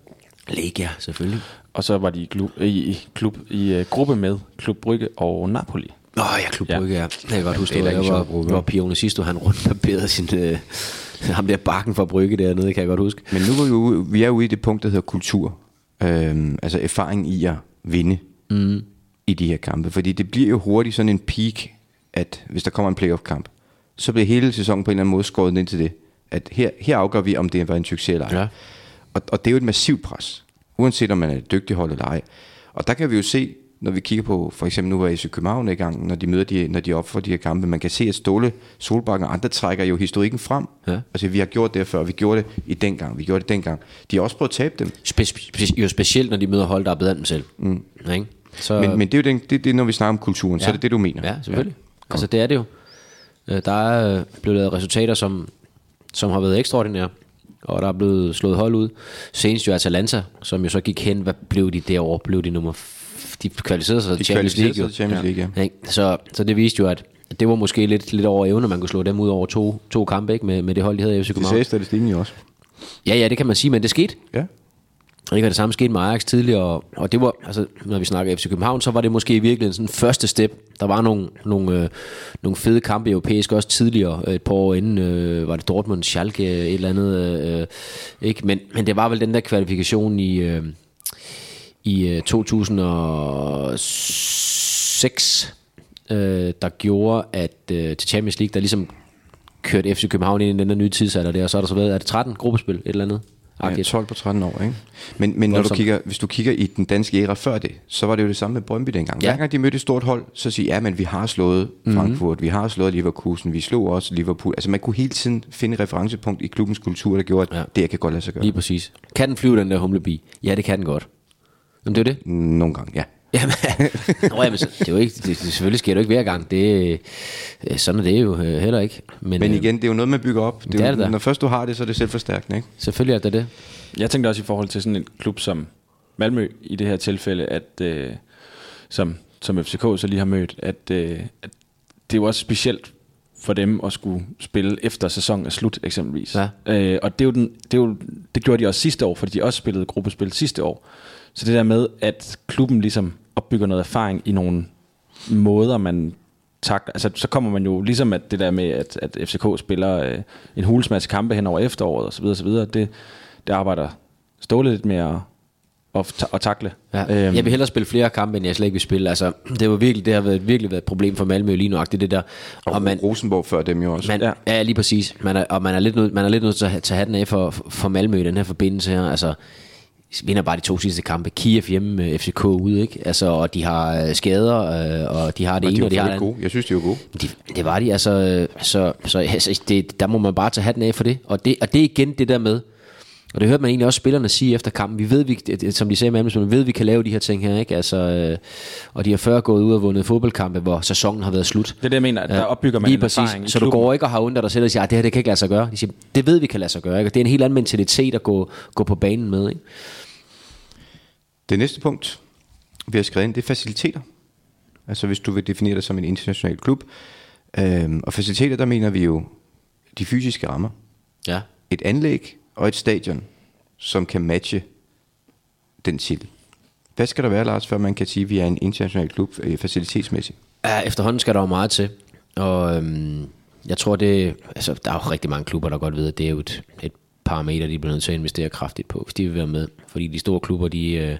S4: Legia, selvfølgelig.
S3: Og så var de i, klub, i, i, klub, i uh, gruppe med Klub Brygge og Napoli.
S4: Nå, jeg klub
S3: Ja.
S4: Brygge, ja. Jeg kan godt huske,
S2: det er
S4: det
S2: da
S4: var,
S2: ikke sjovt
S4: hvor,
S2: at bruge,
S4: hvor
S2: vel?
S4: Pione Sisto, han rundt barberede sin... Øh, ham der bakken fra Brygge dernede, kan jeg godt huske.
S2: Men nu er vi, jo, ude- vi er ude i det punkt, der hedder kultur. Øhm, altså erfaring i at vinde mm. i de her kampe. Fordi det bliver jo hurtigt sådan en peak, at hvis der kommer en playoff-kamp, så bliver hele sæsonen på en eller anden måde skåret ind til det. At her, her afgør vi, om det var en succes eller ej.
S4: Ja.
S2: Og, og det er jo et massivt pres, uanset om man er et dygtigt hold eller ej. Og der kan vi jo se, når vi kigger på, for eksempel nu var AC København i gang, når de møder de, når de op for de her kampe, man kan se, at Ståle, Solbakken og andre trækker jo historikken frem.
S4: Ja.
S2: Altså, vi har gjort det før, vi gjorde det i den gang, vi gjorde det dengang. De har også prøvet at tabe dem.
S4: Spe, spe, jo specielt, når de møder hold, der er bedre end dem selv. Mm. Ja, ikke? Så,
S2: Men, men det er jo den, det, det, er, når vi snakker om kulturen, ja. så er det det, du mener.
S4: Ja, selvfølgelig. Ja. Altså, det er det jo. Øh, Der er øh, blevet lavet resultater, som, som har været ekstraordinære, og der er blevet slået hold ud. Senest jo Atalanta, som jo så gik hen, hvad blev de derovre? Blev de nummer... f- De kvalificerede sig
S2: De
S4: til Champions League.
S2: kvalificerede sig
S4: jo.
S2: til Champions League, ja.
S4: Ikke? Så, så det viste jo, at det var måske lidt, lidt over evne, man kunne slå dem ud over to, to kampe ikke? Med, med det hold, de havde i FC
S2: Det sagde
S4: København.
S2: statistikken jo også.
S4: Ja, ja, det kan man sige, men det skete.
S2: Ja.
S4: Og Ikke, og det samme skete med Ajax tidligere, og, og det var, altså, når vi snakker FC København, så var det måske i virkeligheden sådan første step. Der var nogle, nogle, øh, nogle fede kampe europæisk også tidligere, øh, et par år inden, øh, var det Dortmund, Schalke, øh, et eller andet, øh, øh, ikke? Men, men det var vel den der kvalifikation i, øh, i øh, 2006, øh, der gjorde, at øh, til Champions League, der ligesom kørte FC København ind i den der nye tidsalder der, og så er der så været, er det 13 gruppespil, et eller andet?
S2: Ja,
S4: Agtigt.
S2: 12 på 13 år, ikke? Men, men når du
S4: Voldsomt.
S2: kigger, hvis du kigger i den danske æra før det, så var det jo det samme med Brøndby dengang.
S4: Ja.
S2: Ja. Hver gang de mødte et stort hold, så siger ja, men vi har slået Frankfurt, mm-hmm. vi har slået Leverkusen, vi slog også Liverpool. Altså man kunne hele tiden finde et referencepunkt i klubbens kultur, der gjorde, at
S4: Ja.
S2: ja. det her kan godt lade sig gøre.
S4: Lige præcis. Kan den flyve, den der humlebi? Ja, det kan den godt. Jamen, det er jo det.
S2: Nogle gange, ja.
S4: Jamen, <laughs> Nå, jamen, så- det er jo ikke, det, det, selvfølgelig sker det jo ikke hver gang. Det, øh, sådan er det jo øh, heller ikke. Men,
S2: Men
S4: øh,
S2: igen, det er jo noget, man bygger op. Det er
S4: Det er
S2: jo,
S4: det da.
S2: når først du har det, så er det selvforstærkende, ikke?
S4: selvfølgelig er det det.
S3: Jeg tænkte også i forhold til sådan en klub som Malmø i det her tilfælde, at øh, som, som FCK så lige har mødt, at, øh, at det er jo også specielt for dem at skulle spille efter sæsonen er slut eksempelvis.
S4: Ja.
S3: Øh, og det, er jo den, det, er jo, det gjorde de også sidste år, fordi de også spillede gruppespil sidste år. Så det der med, at klubben ligesom opbygger noget erfaring i nogle måder, man tak, altså, så kommer man jo ligesom at det der med, at, at FCK spiller øh, en hulens masse kampe hen over efteråret osv. osv. Det, det arbejder Ståle lidt med at, at, ta- at takle.
S4: Ja. Øhm. Jeg vil hellere spille flere kampe, end jeg slet ikke vil spille. Altså, det, var virkelig, det har været, virkelig været et problem for Malmø lige nuagtigt, det der.
S2: Og man, Rosenborg før dem jo også.
S4: Man,
S3: Ja.
S4: ja. ja, lige præcis. Man er, og man er lidt nødt, man er lidt nødt til at ha- tage hatten af for, for Malmø i den her forbindelse her. Altså, vinder bare de to sidste kampe. Kiev hjemme, øh, FCK ude, ikke? Altså, og de har øh, skader, øh, og de har det
S2: og de er jo
S4: ene, og de har det
S2: de
S4: andet.
S2: gode. Jeg synes, de er jo gode.
S4: De, det var de, altså, øh, så, så altså, det, der må man bare tage hatten af for det. Og, det. og det er igen det der med, og det hørte man egentlig også spillerne sige efter kampen, vi ved, vi, det- som de sagde med Amnesman, vi ved, vi kan lave de her ting her, ikke? Altså, øh, og de har før gået ud og vundet fodboldkampe, hvor sæsonen har været slut.
S3: Det er det, jeg mener, at der opbygger man
S4: lige
S3: en
S4: præcis.
S3: erfaring i
S4: Så du
S3: klubben.
S4: går ikke og har under dig selv og siger, "Ej, det her det kan ikke lade sig gøre. De siger, det ved vi kan lade sig gøre. Ikke? Og det er en helt anden mentalitet at gå, gå på banen med. Ikke?
S2: Det næste punkt, vi har skrevet ind, det er faciliteter. Altså hvis du vil definere dig som en international klub. Øhm, og faciliteter, der mener vi jo de fysiske rammer.
S4: Ja.
S2: Et anlæg og et stadion, som kan matche den titel. Hvad skal der være, Lars, før man kan sige, at vi er en international klub øh, facilitetsmæssigt?
S4: Ja, efterhånden skal der jo meget til. Og øhm, jeg tror, det, altså, der er jo rigtig mange klubber, der godt ved, at det er jo et, et parameter, de bliver nødt til at investere kraftigt på, hvis de vil være med. Fordi de store klubber, de, øh,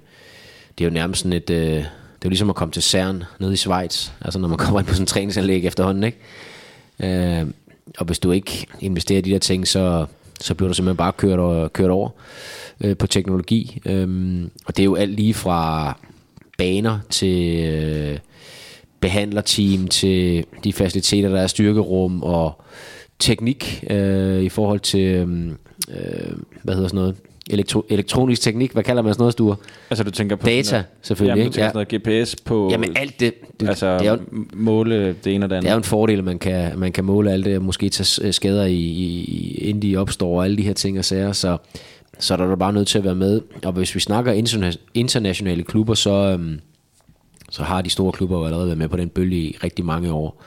S4: det er jo nærmest sådan et... Øh, det er jo ligesom at komme til CERN nede i Schweiz, altså når man kommer ind på sådan en træningsanlæg efterhånden, ikke? Øh, og hvis du ikke investerer i de der ting, så, så bliver du simpelthen bare kørt, over, kørt over øh, på teknologi. Øh, og det er jo alt lige fra baner til øh, behandlerteam, til de faciliteter, der er styrkerum og teknik øh, i forhold til, øh, øh, hvad hedder sådan noget, Elektro- elektronisk teknik, hvad kalder man sådan noget, Sture?
S3: Altså du tænker på...
S4: Data,
S3: sådan noget-
S4: selvfølgelig,
S3: Jamen, du
S4: ikke?
S3: tænker ja. sådan noget GPS på...
S4: Jamen alt det, det,
S3: altså,
S4: det er jo
S3: måle det ene og det andet.
S4: Det er jo en fordel, at man kan, man kan måle alt det, og måske tage s- øh, skader, i, i, i- inden de opstår, og alle de her ting og sager, så, så er der da bare nødt til at være med. Og hvis vi snakker interna- internationale klubber, så, øhm, så har de store klubber jo allerede været med på den bølge i rigtig mange år.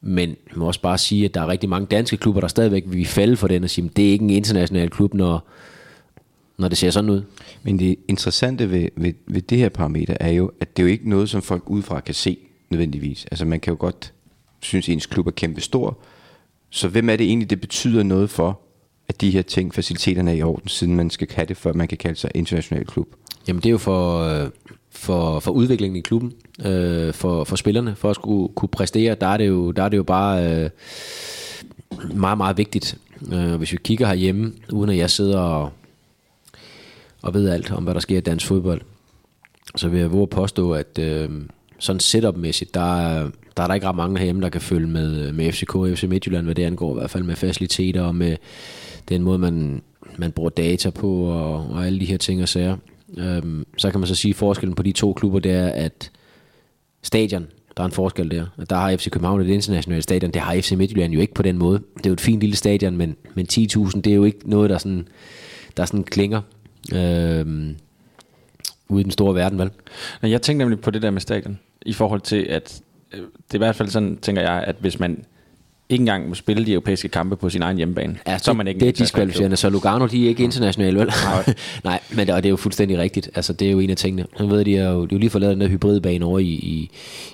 S4: Men man må også bare sige, at der er rigtig mange danske klubber, der stadigvæk vil falde for den og sige, at det er ikke en international klub, når, når det ser sådan ud.
S2: Men det interessante ved, ved, ved det her parameter er jo, at det er jo ikke noget, som folk udefra kan se nødvendigvis. Altså man kan jo godt synes, at ens klub er kæmpe stor. Så hvem er det egentlig, det betyder noget for, at de her ting, faciliteterne er i orden, siden man skal have det, før man kan kalde sig international klub?
S4: Jamen det er jo for, øh, for, for udviklingen i klubben, øh, for, for spillerne, for at skulle kunne præstere, der er det jo, der er det jo bare øh, meget, meget vigtigt. Øh, hvis vi kigger herhjemme, uden at jeg sidder og, og ved alt om, hvad der sker i dansk fodbold, så vil jeg våge at påstå, at øh, sådan setupmæssigt, der, er- der er der ikke ret mange herhjemme, der kan følge med, med FCK og FC Midtjylland, hvad det angår, i hvert fald med faciliteter og med den måde, man, man bruger data på og, og alle de her ting og sager. Øhm, så kan man så sige, at forskellen på de to klubber, det er, at stadion, der er en forskel der. Og der har FC København et internationalt stadion, det har FC Midtjylland jo ikke på den måde. Det er jo et fint lille stadion, men, men 10.000, det er jo ikke noget, der sådan, der sådan klinger øhm, ude i den store verden, vel?
S3: Men jeg tænkte nemlig på det der med stadion, i forhold til, at øh, det er i hvert fald sådan, tænker jeg, at hvis man ikke engang må spille de europæiske kampe på sin egen hjemmebane, ja, så er man ikke
S4: det
S3: en
S4: er
S3: international
S4: diskvalificerende, så Lugano de er ikke internationale, vel? Nej, <laughs> Nej men det, og det er jo fuldstændig rigtigt. Altså, det er jo en af tingene. Nu ved jeg, de har jo, de har jo lige fået lavet den der hybridbane over i, i,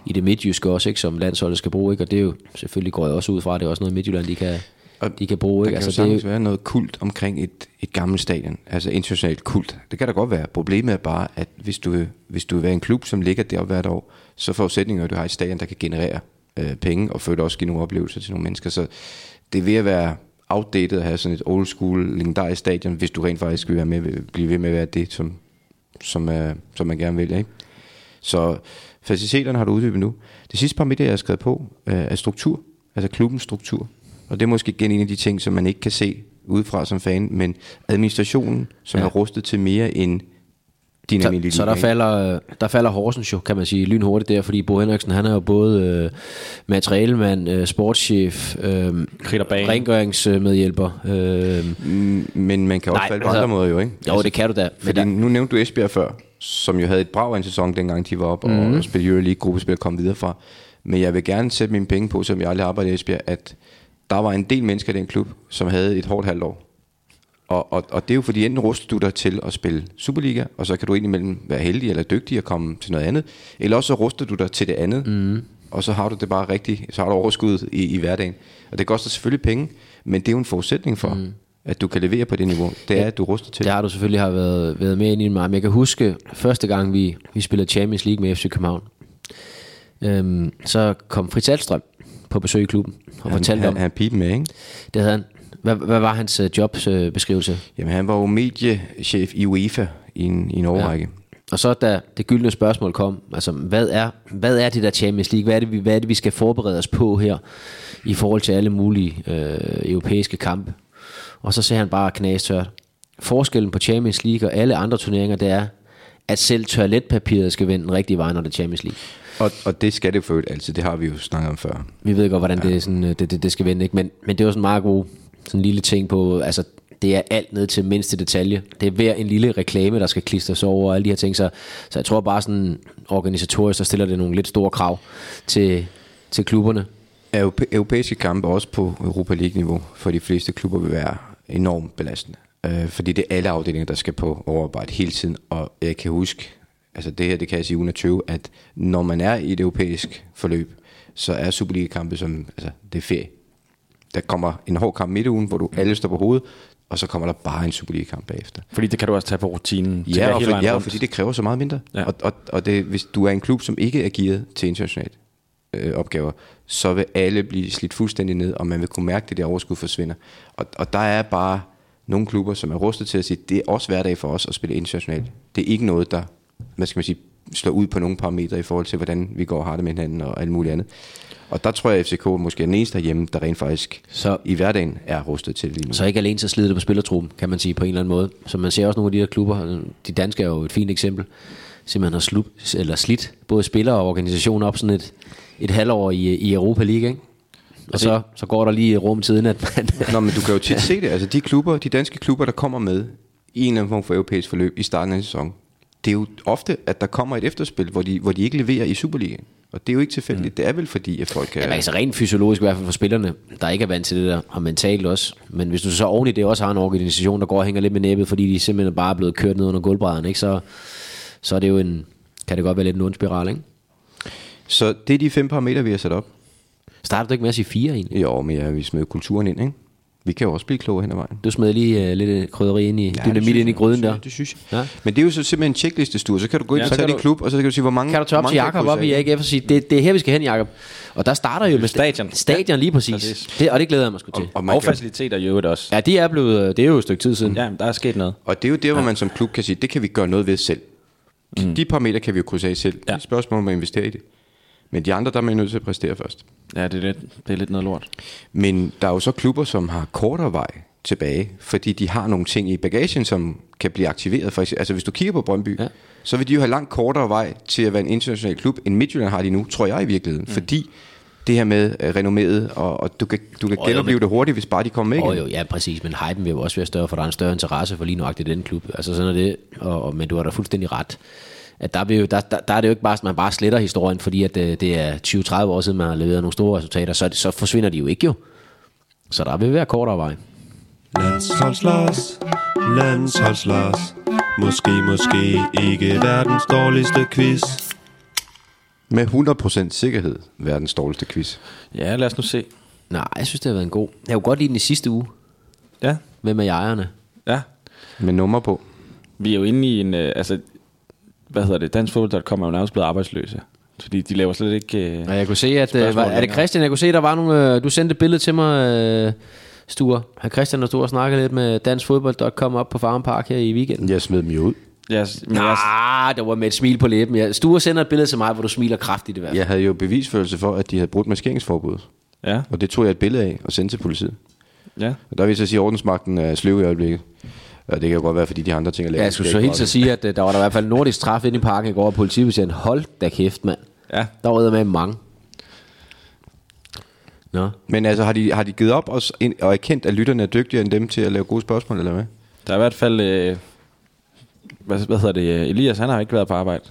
S4: i det midtjyske også, ikke, som landsholdet skal bruge, ikke? og det er jo, selvfølgelig går jeg også ud fra, at det er også noget Midtjylland, de kan,
S2: Og
S4: de kan bruge.
S2: Der
S4: Ikke?
S2: kan altså, jo
S4: Altså, det er
S2: sagtens
S4: jo,
S2: være noget kult omkring et, et gammelt stadion, altså internationalt kult. Det kan der godt være. Problemet er bare, at hvis du, hvis du vil være en klub, som ligger deroppe hvert år, så er forudsætningen, er, at du har et stadion, der kan generere øh, penge, og føler også give nogle oplevelser til nogle mennesker. Så det er ved at være outdated at have sådan et old school, legendarisk stadion, hvis du rent faktisk vil være med, blive ved med at være det, som, som, øh, som man gerne vil. Ikke? Så faciliteterne har du uddybet nu. Det sidste par midter, jeg har skrevet på, øh, er struktur, altså klubbens struktur. Og det er måske igen en af de ting, som man ikke kan se udefra som fan, men administrationen, som ja. er rustet til mere end din
S4: Så,
S2: almindelige
S4: så
S2: liga,
S4: der,
S2: ikke?
S4: falder, øh, der falder Horsens jo, kan man sige, lynhurtigt der, fordi Bo Henriksen, han er jo både øh, materialemand, øh, sportschef, øh,
S3: Kridt og bane.
S4: rengøringsmedhjælper. Øh,
S2: Men man kan også
S4: Nej,
S2: falde på
S4: altså-
S2: andre måder jo, ikke?
S4: jo, det kan du da. Men
S2: Fordi
S4: der,
S2: nu nævnte du Esbjerg før, som jo havde et brag af en sæson, dengang de var op mm. og spillede Euro League gruppespil og kom videre fra. Men jeg vil gerne sætte mine penge på, som jeg aldrig har arbejdet i Esbjerg, at der var en del mennesker i den klub, som havde et hårdt halvt år. Og, og, og det er jo fordi, enten ruster du dig til at spille Superliga, og så kan du indimellem være heldig eller dygtig og komme til noget andet, eller også så ruster du dig til det andet, mm. og så har du det bare rigtigt, så har du overskud i, i hverdagen. Og det koster selvfølgelig penge, men det er jo en forudsætning for, mm. at du kan levere på det niveau. Det er, at du ruster til
S4: Det
S2: det.
S4: har du selvfølgelig har været, været med ind i mig, men jeg kan huske, første gang vi, vi spillede Champions League med FC København, øhm, så kom Fritz Alstrøm på besøg i klubben og
S2: Han,
S4: fortalte
S2: han,
S4: om,
S2: han pipen med, ikke?
S4: det havde han. Hvad, hvad var hans øh, jobbeskrivelse?
S2: Jamen, han var jo mediechef i UEFA i en, i en årrække. Ja.
S4: Og så da det gyldne spørgsmål kom, altså hvad er, hvad er det der Champions League? Hvad er det, vi, hvad er det, vi skal forberede os på her i forhold til alle mulige øh, europæiske kampe? Og så ser han bare knastørt. Forskellen på Champions League og alle andre turneringer, det er, at selv toiletpapiret skal vende den rigtige vej, når det er Champions League.
S2: Og, og det skal det for øvrigt altid, det har vi jo snakket om før.
S4: Vi ved godt, hvordan ja. det, er sådan, øh, det, det, det skal vende, ikke? Men, men det var sådan en meget god sådan en lille ting på, altså det er alt ned til mindste detalje. Det er hver en lille reklame, der skal klistres over og alle de her ting. Så, så jeg tror bare sådan organisatorisk, der stiller det nogle lidt store krav til, til klubberne.
S2: Europæ- europæiske kampe, også på Europa League-niveau, for de fleste klubber vil være enormt belastende. Øh, fordi det er alle afdelinger, der skal på overarbejde hele tiden. Og jeg kan huske, altså det her, det kan jeg sige under 20, at når man er i et europæisk forløb, så er Superliga-kampe som, altså det er ferie. Der kommer en hård kamp midt i ugen, hvor du alle står på hovedet, og så kommer der bare en Superliga-kamp bagefter.
S3: Fordi det kan du også tage på rutinen.
S2: Ja, og,
S3: hele
S2: for,
S3: vejen
S2: ja og
S3: rundt.
S2: fordi det kræver så meget mindre.
S3: Ja.
S2: Ja. Og, og, og det, hvis du er en klub, som ikke er gearet til internationalt øh, opgaver, så vil alle blive slidt fuldstændig ned, og man vil kunne mærke, at det der overskud forsvinder. Og, og der er bare nogle klubber, som er rustet til at sige, det er også hverdag for os at spille internationalt. Det er ikke noget, der hvad skal man sige, slår ud på nogle parametre i forhold til, hvordan vi går og har det med hinanden og alt muligt andet. Og der tror jeg, at FCK måske er den eneste herhjemme, der rent faktisk
S4: Så-
S2: så. i hverdagen er rustet til det lige nu.
S4: Så ikke alene så slider det på spillertruppen, kan man sige på en eller anden måde. Så man ser også nogle af de der klubber, de danske er jo et fint eksempel, simpelthen har slup, eller slidt både spillere og organisation op sådan et, et halvår i, i Europa League, ikke? Og så, så går der lige rum tiden, at man,
S2: Nå, men du kan jo tit se det. Altså, de klubber, de danske klubber, der kommer med i en eller anden form for europæisk forløb i starten af en sæson, det er jo ofte, at der kommer et efterspil, hvor de, hvor de ikke leverer i Superligaen. Og det er jo ikke tilfældigt. Mm. Det er vel fordi, at folk kan...
S4: Jamen, altså rent fysiologisk i hvert fald for spillerne, der ikke er vant til det der, og mentalt også. Men hvis du så oven i det også har en organisation, der går og hænger lidt med næbet, fordi de simpelthen bare er blevet kørt ned under gulvbrædderen, ikke? Så, så er det jo en, kan det godt være lidt en ond spiral, ikke?
S2: Så det er de fem parametre, vi har sat op.
S4: Starter du ikke med at sige fire egentlig?
S2: Jo, men ja, vi smed kulturen ind, ikke? Vi kan jo også blive klogere hen ad vejen.
S4: Du smed lige uh, lidt krydderi ind i, ja,
S2: det
S4: dynamit
S2: synes
S4: ind i
S2: jeg. Det
S4: gryden
S2: synes
S4: der.
S2: jeg, Det synes jeg.
S4: Ja.
S2: Ja. Men det er jo så simpelthen en checkliste, Sture. Så kan du gå ind
S3: Ja,
S2: ja,
S3: så
S2: og tage
S3: kan
S2: din
S3: du-
S2: klub, og så kan du sige, hvor mange...
S4: Kan du tage op
S2: hvor
S4: til
S2: mange kan
S4: Jakob
S2: jeg
S4: op
S2: krydse af?
S4: i AGF og sige, det, det er her, vi skal hen, Jakob. Og der starter jo med
S3: Stadion.
S4: Stadion lige præcis. Det, og det glæder jeg mig sgu til.
S2: Og, man
S3: Og
S2: kan,
S3: faciliteter i øvrigt også.
S4: Ja, de er blevet, øh, det er jo et stykke tid siden.
S3: Ja, der er sket noget.
S2: og det er jo der, hvor man som klub kan sige, det kan vi gøre noget ved selv. Mm. De parametre kan vi jo krydse af selv. Det er et spørgsmål om at investere i det. Men de andre, der er man nødt til at præstere først.
S3: Ja, det er lidt, det er lidt noget lort.
S2: Men der er jo så klubber, som har kortere vej tilbage, fordi de har nogle ting i bagagen, som kan blive aktiveret. For eksempel, altså hvis du kigger på Brøndby, ja. så vil de jo have langt kortere vej til at være en international klub, end Midtjylland har de nu, tror jeg i virkeligheden. Mm. Fordi det her med øh, renommeret, og, og du kan, du kan
S4: jo,
S2: genopleve det hurtigt, hvis bare de kommer med
S4: Åh
S2: igen.
S4: oh, jo, ja præcis, men hypen vil jo også være større, for der er en større interesse for lige nøjagtigt den klub. Altså sådan er det, og, og, men du har da fuldstændig ret. At der, vil jo, der, der, der er det jo ikke bare, at man bare sletter historien, fordi at det, det er 20-30 år siden, man har leveret nogle store resultater, så, er det- så forsvinder de jo ikke jo. Så der vil være kortere vej.
S6: Landsholdslars, landsholdslars Måske, måske ikke verdens dårligste quiz
S2: Med 100% sikkerhed verdens dårligste quiz.
S3: Ja, lad os nu se.
S4: Nej, jeg synes, det har været en god. Jeg kunne godt lide den i sidste uge.
S3: Ja.
S4: Hvem er jejerne?
S3: Ja.
S2: Med nummer på.
S3: Vi er jo inde i en... Øh, altså, hvad hedder det? Danskfodbold.com er jo nærmest blevet arbejdsløse. Fordi de laver slet ikke... Øh,
S4: Og jeg kunne se, at... Øh,
S3: Spørgsmål
S4: var, er det
S3: længere.
S4: Christian? Jeg kunne se, der var nogle... Øh, du sendte et billede til mig, øh, Sture. Har Christian og Sture snakket lidt med danskfodbold.com op på Farm Park her i weekenden?
S2: Jeg smed dem jo ud.
S3: jeg, men jeg,
S4: Ah, der var med et smil på læben. Ja. Sture sender et billede til mig, hvor du smiler kraftigt i hvert fald.
S2: Jeg havde jo bevisførelse for, at de havde brudt maskeringsforbuddet.
S3: ja,
S2: Og det tog jeg et billede af og sendte til politiet.
S3: ja.
S2: Og der vil jeg så sige, at ordensmagten er sløv i øjeblikket. Og det kan jo godt være, fordi de andre ting er lavet.
S4: Ja, jeg skulle
S2: Det
S4: så
S2: er
S4: helt
S2: godt.
S4: så sige, at øh, der var der i hvert fald nordisk straf inde i parken i går, og politibetjenten, hold da kæft, mand.
S3: Ja.
S4: Der var med mange. Nå.
S2: Men altså, har de, har de givet op og, s- ind- og erkendt, at lytterne er dygtigere end dem til at lave gode spørgsmål, eller hvad?
S3: Der er i hvert fald... Øh, hvad, hvad hedder det? øh, Elias, han har ikke været på arbejde,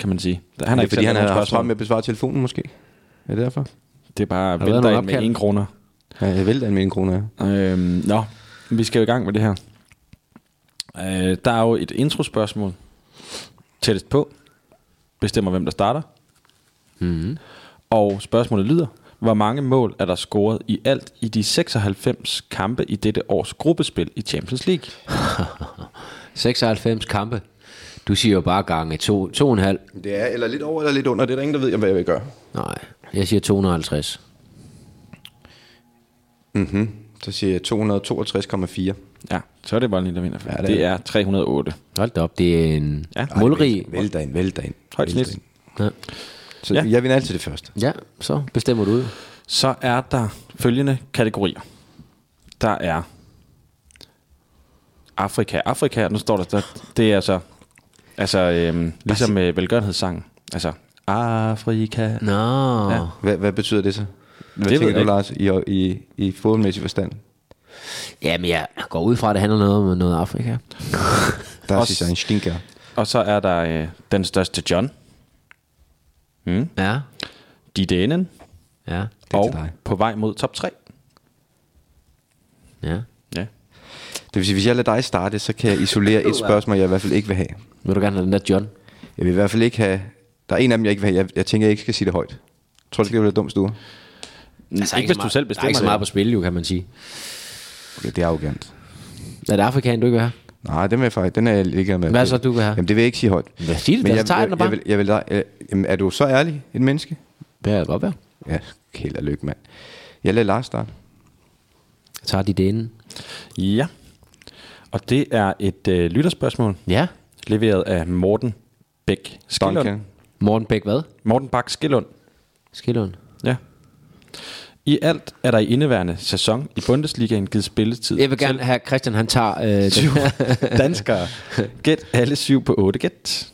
S3: kan man sige. Der- Han
S2: Han
S3: har
S2: er
S3: ikke
S2: fordi,
S3: sendt
S2: han
S3: nogen
S2: havde haft
S3: spørgsmål.
S2: travlt med at besvare telefonen, måske? Er det derfor?
S3: Det er bare
S4: været nogle
S3: vælter ind med
S4: opkald?
S3: en kroner.
S2: Ja, jeg vælter en million kroner, ja.
S3: Øhm, nå, vi skal jo i gang med det her. Øh, der er jo et introspørgsmål. Tættest på. Bestemmer, hvem der starter. Mm-hmm. Og spørgsmålet lyder, hvor mange mål er der scoret i alt i de 96 kampe i dette års gruppespil i Champions League?
S4: 96 kampe. Du siger jo bare gange to, to og en halv.
S2: Det er eller lidt over eller lidt under. Det er der ingen, der ved, hvad jeg vil gøre.
S4: Nej, jeg siger 250.
S2: Så siger jeg 262,4.
S3: Ja, så er det Voldemort, der vinder. Ja,
S2: det er
S3: det, det er 308.
S4: Hold da op, det er en
S3: Ja.
S4: ja.
S3: Ej,
S4: målrig.
S2: Vælter ind, vælter ind.
S3: Højt
S2: Vælter
S3: snit.
S2: ind.
S4: Ja.
S2: Så
S3: Ja.
S2: ja. jeg vinder altid det første.
S4: ja, så bestemmer du ud.
S3: Så er der følgende kategorier. Der er Afrika. Afrika, nu står der, der det er så, altså øhm, ligesom øh, velgørenhedssangen. Altså, Afrika.
S4: Nå,
S3: Ja.
S4: ja.
S2: Hvad, hvad betyder det så? Hvad
S3: ved
S2: det tænker
S3: jeg
S2: du,
S3: ikke.
S2: Lars, i, i, i fodboldmæssig forstand?
S4: jamen jeg går ud fra, at det handler noget om noget Afrika.
S2: Der er
S3: Også-
S2: sidst en stinker.
S3: Og så er der øh, den største John,
S4: Ja,
S3: Didenen,
S4: ja,
S3: og
S2: til dig.
S3: på vej mod top 3.
S4: ja.
S3: Ja.
S2: Det vil sige, hvis jeg lader dig starte, så kan jeg <laughs> isolere et spørgsmål, jeg i hvert fald ikke vil have.
S4: Vil du gerne have den der John?
S2: Jeg vil i hvert fald ikke have... Der er en af dem, jeg ikke vil have. Jeg, jeg tænker, jeg ikke skal sige det højt. Tror du, det bliver dumt stue?
S3: Altså, ikke
S4: så
S3: hvis du
S4: meget-
S3: selv
S4: Der er
S3: bestemmer
S4: Mm. ikke så meget på
S3: det.
S4: spil, jo, kan man sige.
S2: Okay, det er arrogant.
S4: Er det Afrika, du ikke vil have?
S2: Nej, den vil jeg faktisk... Den er jeg ligeglad med.
S4: Hvad så, du vil have?
S2: Jamen, det vil jeg ikke sige højt.
S4: Hvad siger du?
S2: Men
S4: Altså,
S2: jeg,
S4: tager
S2: jeg, jeg,
S4: den bare.
S2: jeg, vil, jeg vil, jeg, jamen, er du så ærlig et menneske?
S4: Det kan godt være.
S2: Ja, held og lykke, mand. Jeg lader Lars starte.
S4: Jeg tager dit ende.
S3: Ja. Og det er et øh, lytterspørgsmål,
S4: Ja.
S3: leveret af Morten Bæk Skillund.
S2: Duncan.
S4: Morten Bæk hvad?
S3: Morten Bak Skillund.
S4: Skillund.
S3: Ja. I alt er der i indeværende sæson i Bundesligaen givet spilletid.
S4: Jeg vil gerne have, Christian han tager... Øh,
S3: <laughs>
S4: den.
S3: til danskere. Gæt alle syv på otte gæt.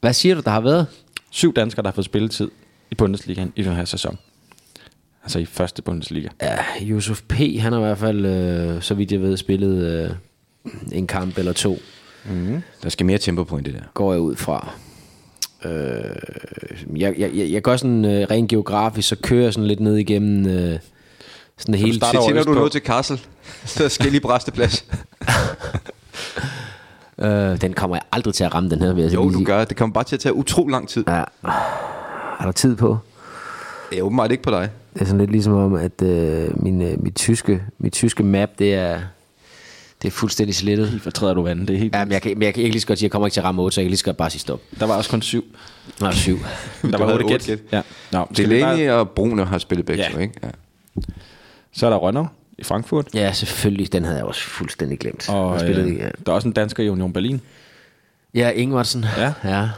S4: Hvad siger du, der har været?
S3: Syv danskere, der har fået spilletid i Bundesligaen i den her sæson. Altså i første Bundesliga.
S4: Ja, Josef P., han har i hvert fald, øh, så vidt jeg ved, spillet øh, en kamp eller to,
S2: Der skal mere tempo på end det der.
S4: går jeg ud fra. Øh, jeg, jeg, jeg, jeg gør sådan øh, rent geografisk, så kører jeg sådan lidt ned igennem øh, sådan hele...
S3: starter over østpå.
S2: til Kassel, <laughs> så skal jeg lige bræste plads.
S4: Øh, den kommer jeg aldrig til at ramme, den her, vil jeg
S2: Jo,
S4: lige
S2: du
S4: sige.
S2: gør. Det kommer bare til at tage utrolig lang tid.
S4: Ja. Har du tid på?
S2: Jeg er åbenbart ikke på dig.
S4: Det er sådan lidt ligesom om, at øh, min, øh, mit, tyske, mit tyske map, det er, det er fuldstændig slettet.
S3: Lige fortræder du vandet, det er helt...
S4: Ja, men jeg, kan, men jeg kan ikke lige så godt sige, at jeg kommer ikke til at ramme 8, så jeg kan lige så godt bare sige stop.
S3: Der var også kun syv.
S4: Nå, syv.
S3: Der
S2: Du
S3: var
S2: havde
S3: otte
S2: otte
S3: gæt.
S2: gæt.
S3: Ja. Nå, skal vi
S2: Delaney
S3: bare...
S2: og Bruno har spillet begge
S3: Ja.
S2: to, ikke? Ja.
S3: Så er der Rønner i Frankfurt.
S4: Ja, selvfølgelig. Den havde jeg også fuldstændig glemt. Jeg
S3: Og
S4: spillede,
S3: øh,
S4: ikke, ja.
S3: der er også en dansker i Union Berlin.
S4: ja, Ingvartsen.
S3: Ja.
S4: ja.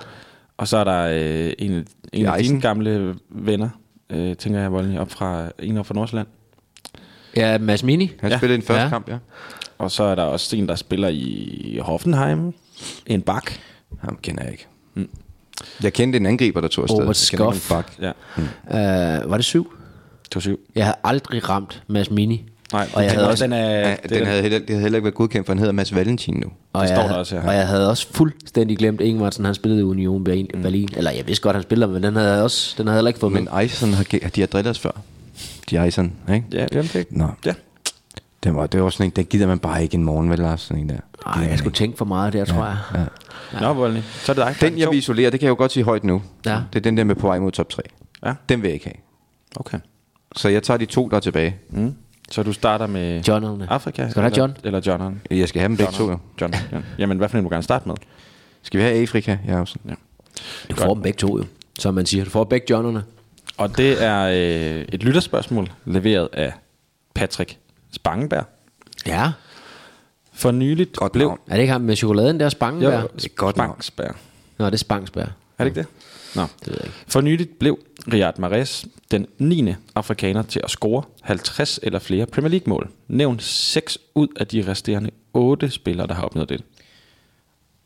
S3: Og så er der øh, en, en af
S2: Eisen.
S3: dine gamle venner, øh, tænker jeg, Volny, op fra, en op fra Nordsjælland.
S4: Ja, Mads Mini.
S2: Han
S3: Ja.
S2: ja. spillede en første
S4: Ja.
S2: ja. kamp, ja.
S3: Og så er der også en, der spiller i Hoffenheim. En bak.
S2: Ham kender jeg ikke. Mm. Jeg kendte en angriber, der tog afsted.
S4: Robert
S2: Jeg kender ikke
S4: Skoff.
S2: en bak.
S3: Ja,
S4: Uh, var det syv?
S3: 2-7.
S4: Jeg havde aldrig ramt Mads Mini.
S3: Nej,
S4: og jeg
S3: den,
S4: havde også,
S3: den, er,
S2: Ja,
S3: det er
S2: den havde heller, det havde heller ikke været godkendt, for han hedder Mads Valentin nu.
S4: og
S3: det
S4: jeg,
S3: står der
S4: havde-
S3: også her.
S4: Og jeg havde også fuldstændig glemt Ingvartsen. Han spillede i Union Berlin. Mm. Berlin. Eller jeg vidste godt, han spillede, men den havde jeg også, den havde jeg heller ikke fået
S2: Men
S4: med.
S2: Eisen har, ge- de har drillet os før. De Eisen, ikke?
S3: Ja, jamen, det,
S2: Nå.
S3: ja.
S2: Den var, det var sådan en, den gider man bare ikke en morgen, vel Lars? Sådan en der.
S4: Nej, jeg skulle tænke for meget der, tror jeg.
S2: Ja.
S3: Nå, Volny, så er det dig.
S2: Den, jeg
S3: To.
S2: vil isolere, det kan jeg jo godt sige højt nu.
S4: Ja.
S2: Det er den der med på vej mod top 3.
S3: Ja,
S2: Den vil jeg ikke have.
S3: okay.
S2: Så jeg tager de to, der er tilbage.
S3: Mm. Så du starter med
S4: Johnerne.
S3: Afrika?
S4: Skal du have
S3: eller-
S4: John?
S3: Eller Johneren.
S2: Jeg skal have dem begge to, jo.
S3: John. John. Jamen, hvad for en vil du gerne starte med?
S2: Skal vi have Afrika? Ja, også. Ja.
S4: Du får dem begge to jo, som man siger. Du får begge Johnerne.
S3: Og det er øh, et lytterspørgsmål, leveret af Patrick Spangenberg.
S4: Ja.
S3: For nyligt
S2: Godt
S3: blev...
S2: navn.
S4: Er det ikke ham med chokoladen der, Spangenberg?
S3: Jo,
S2: er godt navn.
S3: Spangsberg.
S4: Nå, det er Spangsberg.
S3: Er det ikke det? Nå.
S4: Det ved jeg ikke.
S3: For nyligt blev Riyad Mahrez den 9. afrikaner til at score 50 eller flere Premier League-mål. Nævn 6 ud af de resterende 8 spillere, der har opnået det.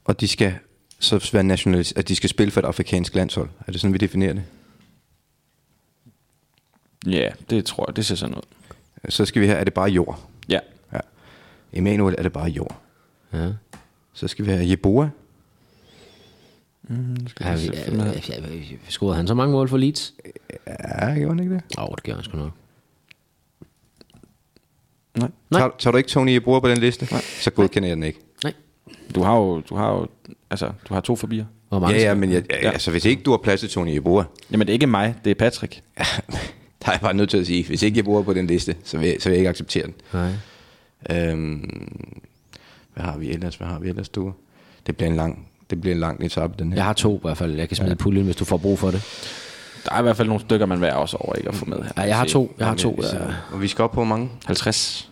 S2: Og de skal så være nationalist, at de skal spille for et afrikansk landshold. Er det sådan, vi definerer det?
S3: Ja, det tror jeg, det ser sådan ud.
S2: Så skal vi have, er det bare jord?
S3: Ja,
S2: Ja. Emanuel, er det bare jord?
S4: Ja.
S2: Så skal vi have Jeboa.
S4: Ja, ja, ja, ja, scorede han så mange mål for Leeds?
S2: Ja, gjorde han ikke det?
S4: Åh, oh, det gjorde han sgu nok.
S3: nej.
S4: Nej.
S2: Tager, tager, du ikke Tony Jeboa på den liste? Nej. Så godkender jeg den ikke.
S4: Nej.
S3: Du har jo, du har jo, altså, du har to forbier.
S4: Hvor mange
S2: Ja, ja, men jeg, ja.
S3: Ja.
S2: altså, hvis ikke du har plads til Tony Jeboa,
S3: Jamen, det er ikke mig, det er Patrick.
S2: <laughs> der er jeg bare nødt til at sige, hvis ikke jeg bor på den liste, så vil, jeg- så vil jeg ikke acceptere den.
S4: Nej.
S2: Øhm, hvad har vi ellers? Hvad har vi ellers, du? Det bliver en lang, det bliver en lang etape, den her.
S4: Jeg har to i hvert fald. Jeg kan smide ja. puljen, hvis du får brug for det.
S3: Der er i hvert fald nogle stykker, man værger også over ikke at få med her.
S4: Ja, jeg har to. Jeg har to.
S2: Så-
S4: Ja.
S2: Og vi skal op på hvor mange?
S3: 50.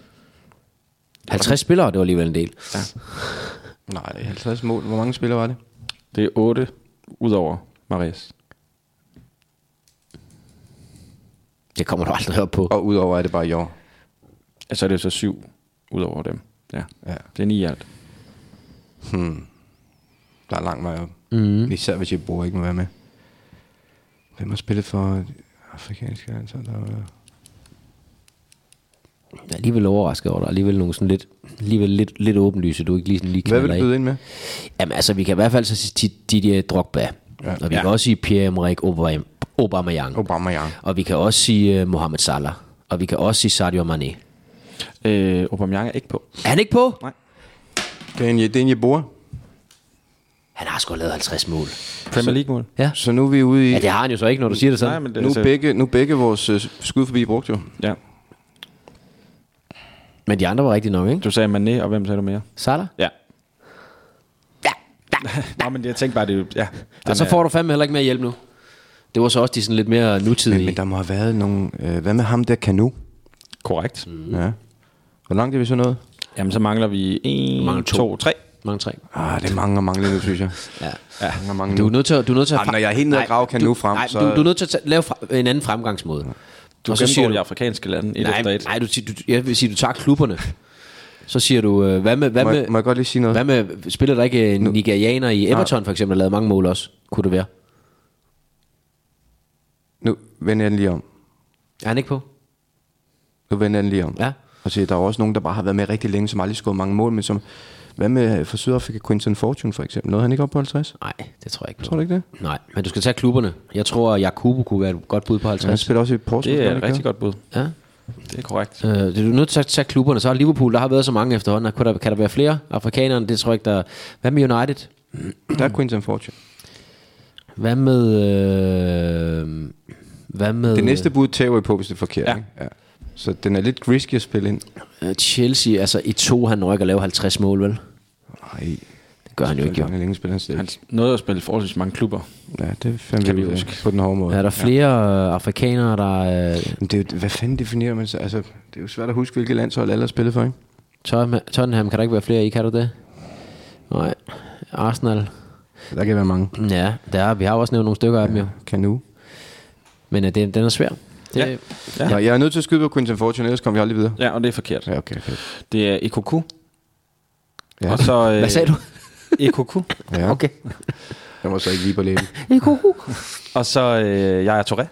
S4: 50 spillere, det var alligevel en del.
S2: Nej, 50 mål. Hvor mange spillere var det?
S3: Det er 8 udover Mares.
S4: Det kommer du aldrig op på.
S2: Og udover er det bare i år.
S3: Ja, så er det jo så 7 udover dem. Ja.
S2: Ja.
S3: Det er 9 i alt.
S2: Der er lang vej op.
S4: Mhm.
S2: Mm. Især hvis jeg bor ikke må være med. Hvem har spillet for afrikanske landshold? Der var...
S4: Jeg er alligevel overrasket over dig. Alligevel nogle sådan lidt, alligevel lidt, lidt åbenlyse, du ikke lige, sådan lige
S2: Hvad vil
S4: knalder
S2: du
S4: i.
S2: byde ind med?
S4: Jamen altså, vi kan i hvert fald så sige Di- Didier Drogba. Ja. Og vi ja. kan også sige Pierre-Emerick Aubame- Aubameyang.
S2: Obama Young.
S4: Og vi kan også sige uh, Mohamed Salah. Og vi kan også sige Sadio Mane.
S3: Øh, Aubameyang er ikke på.
S4: Er han ikke på?
S3: Nej.
S2: Det er en, det er en Jeboa.
S4: Han har sgu lavet 50 mål.
S3: Premier League-mål.
S4: Ja.
S2: Så nu er vi ude i...
S4: ja, det har han jo så ikke, når du siger det sådan.
S3: Nej, men det
S2: Nu
S3: er
S2: er altså-
S3: så,
S2: begge, nu er begge vores øh, skud forbi brugt jo.
S3: ja.
S4: Men de andre var rigtigt nok, ikke?
S3: Du sagde Mané, og hvem sagde du mere?
S4: Salah?
S3: Ja. Nå, men jeg tænkte bare, det er jo... Ja,
S4: Og så får du fandme heller ikke mere hjælp nu. Det var så også de sådan lidt mere
S2: Men,
S4: nutidige.
S2: men der må have været nogle... Øh, hvad med ham der Kanu?
S3: Korrekt.
S2: Mm. Ja. Hvor langt er vi så nået?
S3: Jamen, så mangler vi
S4: Mangler
S3: 1,
S4: to.
S3: 2, 3.
S4: Mange tre.
S2: Ah, det er mange og mange nu, synes jeg.
S4: Ja.
S2: Ja. Mange og mange
S4: Du er
S2: nu.
S4: nødt til at... Du er nødt til at
S2: Ej, når jeg er helt nede og grave kan nu frem,
S4: nej,
S2: så-
S4: Du, du er nødt til at tage, lave fra, en anden fremgangsmåde.
S3: Du
S4: og
S3: gennemgår de afrikanske lande et
S4: nej,
S3: efter et.
S4: nej du, siger- du, jeg vil sige, du tager klubberne. Så siger du, øh, hvad med, hvad
S2: Må,
S4: med,
S2: jeg, må jeg godt lige sige noget?
S4: hvad med spiller der ikke en nigerianer i Everton for eksempel, der lavede mange mål også? Kunne det være?
S2: Nu vender jeg den lige om.
S4: Er han ikke på?
S2: Nu vender jeg den lige om.
S4: Ja.
S2: Og se, der er også nogen, der bare har været med rigtig længe, som aldrig skåret mange mål, men som... Hvad med øh, for Sydafrika, Quinton Fortune for eksempel? Nåede han ikke op på 50?
S4: Nej, det tror jeg ikke. på.
S2: Tror du ikke det?
S4: Nej, men du skal tage klubberne. Jeg tror, at Jakubu kunne være et godt bud på
S2: Han
S4: 50.
S2: spiller også i Portsmouth. gør
S3: Det er
S2: han
S3: et
S2: ikke
S3: rigtig
S2: det?
S3: godt bud.
S4: Ja.
S3: Det er korrekt.
S4: Øh, det er du nødt til at tage klubberne. Så har Liverpool, der har været så mange efterhånden. Kan der, kan der være flere afrikanere? Det tror jeg ikke, der... Hvad med United?
S2: Der er Quinton Fortune.
S4: Hvad med... Øh, hvad med...
S2: Det næste bud tager vi på, hvis det er forkert.
S3: Ja.
S2: ikke? ja. Så den er lidt risky at spille ind.
S4: øh, Chelsea, altså i to, han når ikke at lave 50 mål, vel?
S2: Nej,
S4: Det gør han jo ikke, jo.
S2: Hvor længe spiller han slet
S3: Han nåede at spille forholdsvis mange klubber.
S2: Ja, det fandt
S3: Kan
S2: vi
S3: vi
S2: ud af
S3: huske.
S2: øh, på den hårde måde.
S4: Er der flere øh, afrikanere, der... Øh,
S2: Men det er jo, hvad fanden definerer man så? Altså, det er jo svært at huske, hvilket landshold alle har spillet for, ikke?
S4: Tottenham- Tottenham, kan der ikke være flere i, kan du det? Nej. Arsenal.
S2: Der kan være mange.
S4: Ja, der er, vi har jo også nævnt nogle stykker af dem jo.
S2: Kanu.
S4: Men øh, den, den er svær. Det,
S3: Ja.
S2: Ja.
S3: Ja.
S2: Nå, jeg er nødt til at skyde på Quinton Fortune, ellers kommer vi aldrig videre.
S3: Ja, og det er forkert.
S2: Ja, okay, okay.
S3: Det er EKQ.
S2: Ja.
S3: Og så, øh,
S4: Hvad sagde du?
S3: EKQ.
S2: Ja.
S4: Okay.
S2: Jeg må så ikke lige på læben.
S3: Og så øh, jeg er Touré.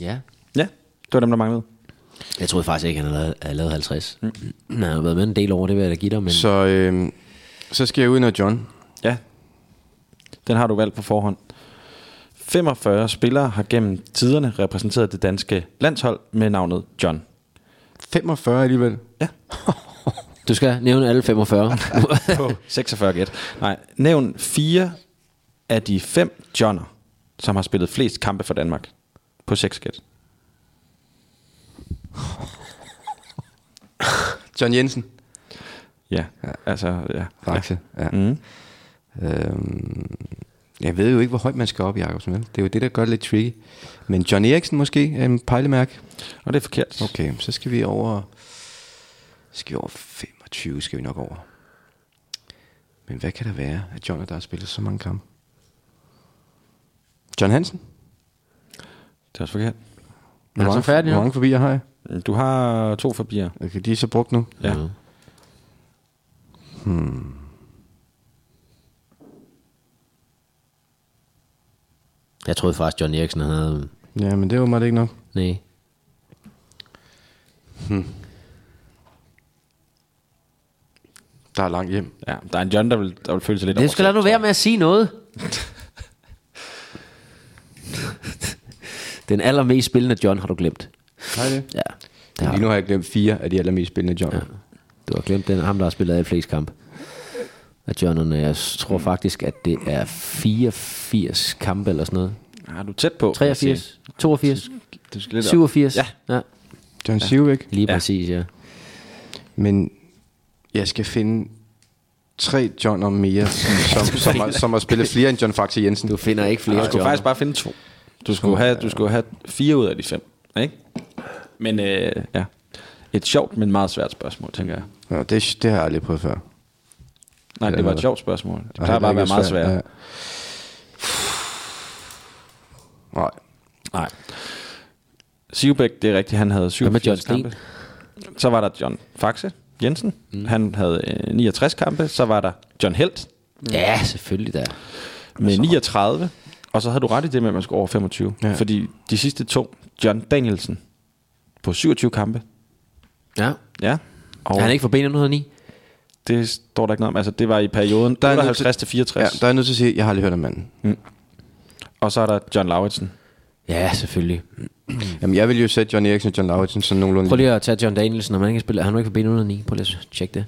S4: Ja.
S3: Ja, det var dem, der manglede.
S4: Jeg troede faktisk ikke, han havde lavet- havde lavet 50. Mm. Han har været med en del over, det vil jeg da give dig, men
S2: så, øh, så skal jeg ud, når John...
S3: Ja. Den har du valgt på forhånd. 45 spillere har gennem tiderne repræsenteret det danske landshold med navnet John.
S2: 45 alligevel.
S4: du skal nævne alle 45.
S3: På 46 gæt. Nej, nævn fire af de fem Johner, som har spillet flest kampe for Danmark. På 6 gæt.
S2: John Jensen.
S3: Ja, altså, ja.
S2: Faxe. Ja.
S3: Mm.
S2: Øhm, jeg ved jo ikke, hvor højt man skal op, Jacobsen. vel? Det er jo det, der gør det lidt tricky. Men John Eriksen måske er en pejlemærke.
S3: Og det er forkert.
S2: Okay, så skal vi over... Skal vi over 25, skal vi nok over. Men hvad kan der være, at John og der har spillet så mange kampe? John Hansen?
S3: Det er også forkert.
S2: Hvor
S4: så
S2: mange,
S4: færdig nu?
S2: hvor mange forbier har jeg?
S3: Du har to forbier.
S2: Okay, de er så brugt nu.
S3: Ja.
S4: Mhm. Hmm. Jeg troede faktisk, John Eriksen havde...
S2: Ja, men det var mig ikke nok.
S4: Nej.
S2: Der er langt hjem.
S3: ja. Der er en John, der vil, der vil føle sig lidt
S4: Det skal lade nu være med at sige <laughs> noget. Den allermest spillende John har du glemt.
S2: Hej det.
S4: Ja, det har
S2: Lige
S4: du.
S2: nu har jeg glemt fire af de allermest spændende job. Ja.
S4: Du har glemt den, ham, der har spillet alle flest kamp. Af Johnerne, jeg tror faktisk, at det er 84 kampe eller sådan noget.
S3: Ja, du er tæt på. kan jeg sige.
S4: 83, 82,
S3: Du skal lidt op.
S4: 87.
S3: Ja.
S4: ja.
S2: John Sivik.
S4: Lige
S3: Ja.
S4: præcis, ja.
S2: Men jeg skal finde tre Johner mere,
S4: <laughs>
S2: som, som, som, har, som har spillet flere end John Faxe Jensen.
S4: Du finder ikke flere
S3: Du skulle
S4: John.
S3: faktisk bare finde to. Du skulle have, du skulle have fire ud af de fem. Ikke? Men øh, ja. Et sjovt, men meget svært spørgsmål, tænker jeg.
S2: Nå, det, det har jeg aldrig prøvet før.
S3: Nej,
S2: Eller
S3: det var et
S2: hvad?
S3: sjovt spørgsmål. Det
S2: Ej,
S3: plejer bare at
S2: er
S3: være meget
S2: svært.
S3: svært.
S2: Ja. Nej.
S3: Nej. Sivbæk, det er rigtigt, han havde
S4: Hvad med
S3: 87
S4: John
S3: kampe. Så var der John Faxe Jensen. Mm. Han havde øh, 69 kampe. Så var der John Helt
S4: Ja, selvfølgelig da.
S3: med 39. Og så havde du ret i det med, at man skulle over 25.
S2: Ja.
S3: Ja. Fordi de sidste to, John Danielsen på 27 kampe.
S4: Ja.
S3: Ja. Og
S4: Er han ikke fra B909?
S3: det står der ikke noget om. Altså, det var i perioden der
S2: er nødt
S3: 58 til
S2: Ja,
S3: 64. Ja,
S2: der er jeg nødt til at sige, at jeg har aldrig hørt om manden.
S3: Og så er der John Lauritsen.
S4: Ja, selvfølgelig.
S2: Jamen, jeg vil jo sætte John Eriksen og John Lauritsen sådan nogenlunde.
S4: Prøv lige at tage John Danielsen, om han ikke spiller. Han er ikke fra B909. Prøv lige at tjekke det.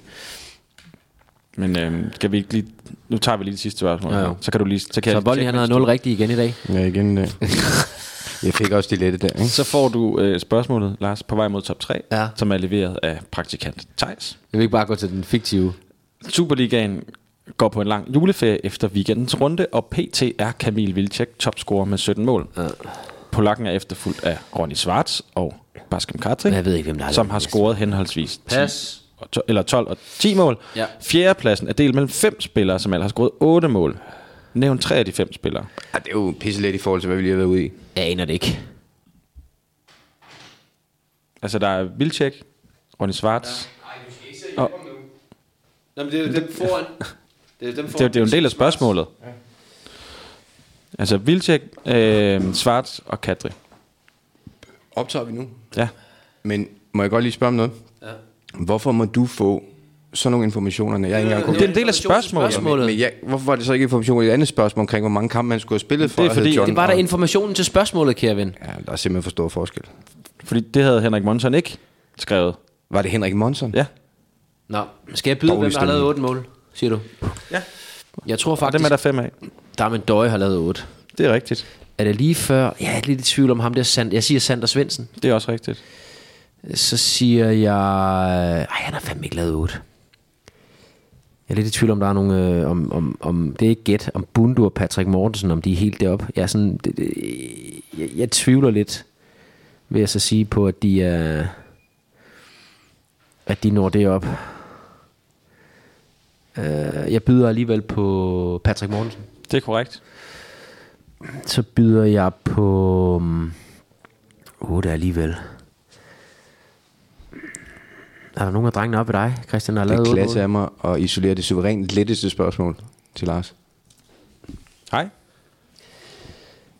S3: Men øhm, skal vi ikke lige... Nu tager vi lige det sidste spørgsmål.
S4: Ja,
S3: Ja,
S4: ja.
S3: Så kan du lige... kan
S4: Så
S3: jeg-
S4: Bolli, han havde 0 rigtige igen i dag.
S2: Ja, igen
S4: <laughs>
S2: det. Jeg fik også de lette der, ikke?
S3: Så får du øh, spørgsmålet, Lars, på vej mod top 3,
S4: Ja.
S3: som er leveret af praktikant Tejs.
S4: Jeg vil ikke bare gå til den fiktive.
S3: Superligaen går på en lang juleferie efter weekendens runde, og PT er Kamil Vilcek topscorer med 17 mål. Ja. Polakken er efterfulgt af Ronny Schwarz og Baskem Katri,
S4: Men jeg ved ikke, hvem der har
S3: som
S4: lavet
S3: har
S4: den
S3: scoret henholdsvis 10
S4: Pas.
S3: og to, eller 12 og 10 mål.
S4: Ja.
S3: Fjerdepladsen er delt mellem fem spillere, som alle har scoret 8 mål. Nævn tre af de fem spillere.
S2: Ja, det er jo pisse let i forhold til, hvad vi lige har været ude i.
S4: Jeg aner det ikke.
S3: Altså, der er Vilcek, Ronny Schwarz.
S2: Jamen, det er jo
S3: <laughs>
S2: dem foran. Det er dem
S3: Det, er- det er jo en del af spørgsmålet. Altså, Vilcek, øh, Schwarz og Kadri.
S2: Optager vi nu?
S3: Ja.
S2: Men må jeg godt lige spørge om noget? Ja. Hvorfor må du få sådan nogle informationer, når jeg ikke engang kunne...
S3: Det er en del af spørgsmålet.
S4: spørgsmål.
S2: Men,
S4: Målet.
S2: men jeg, hvorfor var det så ikke information i et andet spørgsmål omkring, hvor mange kampe man skulle have spillet for?
S3: Det er
S2: at hedde
S3: fordi-
S2: John
S4: Det var der
S2: og-
S4: informationen til spørgsmålet, kære ven.
S2: Ja, der er simpelthen for stor forskel.
S3: Fordi det havde Henrik Monson ikke skrevet.
S2: Var det Henrik Monson?
S3: Ja.
S4: Nå, skal jeg byde,
S2: Dårlig
S4: hvem der har lavet
S2: stemning.
S4: 8 mål, siger du?
S3: Ja.
S4: Jeg tror
S3: Og dem
S4: faktisk,
S3: er der fem af.
S4: Darmen Døje har lavet 8.
S3: Det er rigtigt.
S4: Er det lige før? Jeg er lidt i tvivl om ham der Sand. Jeg siger Sander Svendsen.
S3: Det er også rigtigt.
S4: Så siger jeg... Ej, han har fandme ikke lavet 8. Jeg er lidt i tvivl om, der er nogle... Øh, om, om, om, det er ikke gæt, om Bundu og Patrick Mortensen, om de er helt deroppe. Jeg, er sådan, det, det, jeg, jeg tvivler lidt, vil jeg så sige, på, at de er... At de når det op. Uh, jeg byder alligevel på Patrick Mortensen.
S3: Det er korrekt.
S4: Så byder jeg på... mm, Åh, det er alligevel. Er der nogen af drengene oppe ved dig, Christian, der har lavet
S2: Det er
S4: otte
S2: klasse
S4: mål?
S2: af mig at isolere det suverænt letteste spørgsmål til Lars.
S3: Hej.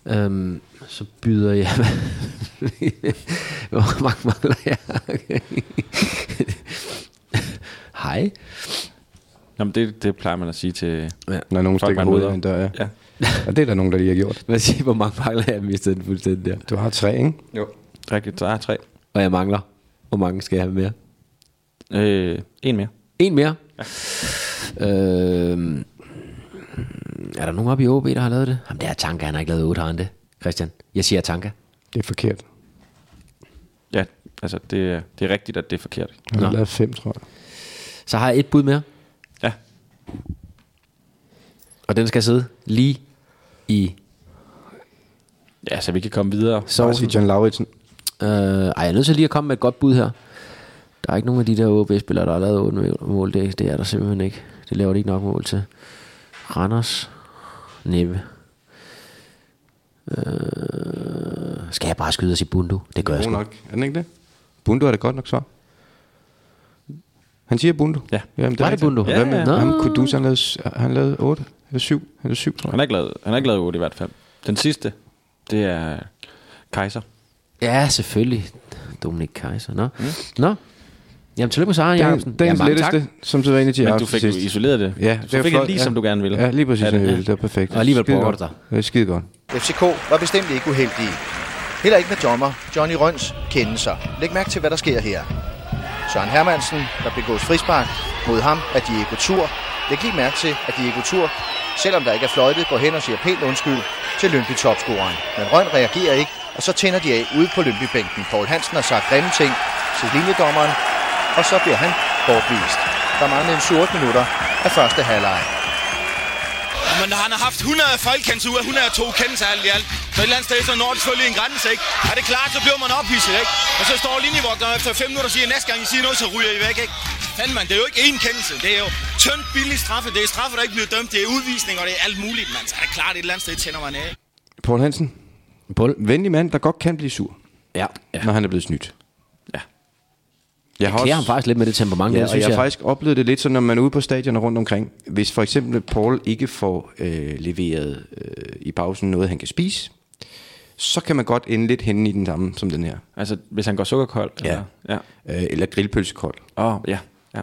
S4: Øhm, så byder jeg... <laughs> Hvor mange mangler jeg? <laughs> Okay. Hej.
S3: Jamen, det, det plejer man at sige til...
S2: Når nogen
S3: Fuck,
S2: stikker
S3: man
S2: hovedet
S3: møder.
S2: ind, der er.
S3: Ja.
S2: Og det er der nogen, der lige har gjort.
S4: Hvad siger, hvor mange mangler jeg? Jeg mistede den fuldstændig der.
S2: Du har tre, ikke?
S3: Jo. Rigtigt. Der er tre.
S4: Og jeg mangler. Hvor mange skal jeg have mere?
S3: Øh, en mere.
S4: En mere. Øhm, er der nogen oppe i OB, der har lavet det? Jamen, det er Tanka, han har ikke lavet 8, har han det? Christian, jeg siger Tanka.
S2: Det er forkert.
S3: Ja, altså, det, er- det er rigtigt, at det er forkert.
S2: Jeg har
S4: Nå.
S2: lavet fem, tror jeg.
S4: Så har jeg et bud mere,
S3: Ja.
S4: og den skal sidde lige i
S3: Ja, så vi kan komme videre.
S2: Bare
S4: sovsen.
S2: sige John Lauritsen.
S4: Øh, ej, jeg er nødt til lige at komme med et godt bud her. Der er ikke nogen af de der OB-spillere, der har lavet 8 mål. Det, det er der simpelthen ikke. Det laver de ikke nok mål til. Randers. Næppe. Øh, skal jeg bare skyde os i bundu? Det gør jeg
S2: God
S4: sgu.
S2: nok. Er den ikke det? Bundo er det godt nok svar. Han siger Bundo.
S3: Ja.
S2: Jamen, det
S4: Var
S2: er
S4: det
S2: rigtigt.
S4: Bundo?
S2: Og Hvad med ja,
S3: Ja, ja.
S2: ham? Kudus, han lavede, han lavede 8 eller 7. Eller 7, tror jeg.
S3: Han er ikke lavet, han er ikke lavet 8 i hvert fald. Den sidste, det er Kaiser.
S4: Ja, selvfølgelig. Dominik Kaiser. Nå. Mm. Nå. Jamen, tillykke med sejren, Jacobsen.
S2: Dagens, dagens
S4: ja,
S2: ja,
S4: mange
S2: letteste, tak. som så var inde til
S3: Men
S2: Jacob
S3: du fik jo
S2: sidst.
S3: isoleret det.
S2: Ja,
S3: så
S2: var
S3: fik jeg
S2: flot,
S3: lige, som du gerne ville.
S2: Ja, lige præcis,
S3: Ja,
S2: ja,
S3: det-
S2: det, ja. det var perfekt.
S4: Og alligevel
S2: Skide
S4: brokker
S2: godt.
S4: du dig.
S2: Det er skide godt.
S7: FCK var bestemt ikke uheldige. Heller ikke med dommer Johnny Røns kendelser. Læg mærke til, hvad der sker her. Søren Hermansen, der begås frispark mod ham af Diego Tur. Læg lige mærke til, at Diego Tur, selvom der ikke er fløjtet, går hen og siger pænt undskyld til Lønby topscoreren. Men Røn reagerer ikke, og så tænder de af ude på Lønby-bænken. Poul Hansen har sagt grimme ting til linjedommeren, og så bliver han bortvist. Der mangler en 14 minutter af første halvleg.
S8: Men han har haft 100 fejlkendelser ud af 102 kendelser alt i alt. Så et eller andet sted, så når det selvfølgelig en grænse, ikke? Er det klart, så bliver man ophidset, ikke? Og så står linjevogteren efter 5 minutter og siger, næste gang I siger noget, så ryger I væk, ikke? Fanden man, det er jo ikke én kendelse. Det er jo tyndt billig straffe. Det er straffe, der ikke bliver dømt. Det er udvisning, og det er alt muligt, mand. Så er det klart, et eller andet sted tænder man af.
S2: Paul Hansen.
S4: Paul.
S2: Venlig mand, der godt kan blive sur,
S4: Ja.
S2: ja. når han er blevet snydt.
S3: Ja.
S2: Jeg har
S4: Klæder ham faktisk lidt med det temperament,
S2: Ja,
S4: ja, det,
S2: og jeg
S4: synes
S2: har
S4: jeg.
S2: faktisk oplevet det lidt sådan, når man er ude på stadioner rundt omkring. Hvis for eksempel Paul ikke får øh, leveret øh, i pausen noget, han kan spise, så kan man godt ende lidt henne i den samme som den her.
S3: Altså, hvis han går sukkerkold. eller- ja.
S2: Øh, eller grillpølsekold.
S3: Åh, oh, ja. ja.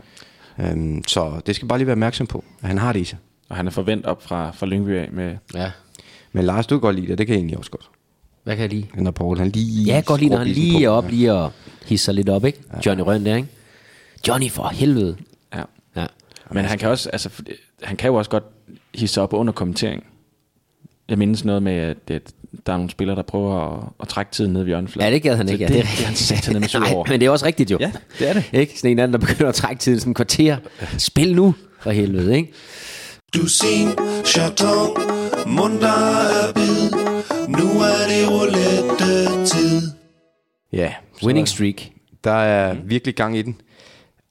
S2: Øhm, så det skal bare lige være opmærksom på, at han har det i sig.
S3: Og han er forventet op fra, fra Lyngby af med...
S4: Ja.
S2: Men Lars, du kan godt lide det, det kan jeg egentlig også godt.
S4: Hvad kan jeg lide?
S2: Han og Paul, han lige...
S4: Ja, jeg kan godt lide, når han
S2: skruer bissen
S4: lige er
S2: på.
S4: op, lige og hisser sig lidt op, ikke? Johnny Røn der, ikke? Johnny for helvede.
S3: Ja.
S4: Ja.
S3: Men han kan, også, altså, fordi- han kan jo også godt hisse sig op under kommentering. Jeg mindes noget med, at at der er nogle spillere, der prøver at, at trække tiden ned ved hjørnefladen.
S4: Ja, det gad han
S3: Så
S4: ikke. Ja,
S3: Det, det,
S4: rigtigt.
S3: er han sat
S4: <laughs>
S3: ned med sur
S4: Nej,
S3: over.
S4: men det er også rigtigt jo.
S3: Ja, det er det.
S4: Ikke? Sådan en anden, der begynder at trække tiden sådan en kvarter. Spil nu, for helvede, ikke?
S6: Dusin, chaton, munter er bid. Nu er det roulette-tid.
S2: Ja. så-
S4: Winning streak.
S2: Der er
S4: Mhm.
S2: mm. virkelig gang i den.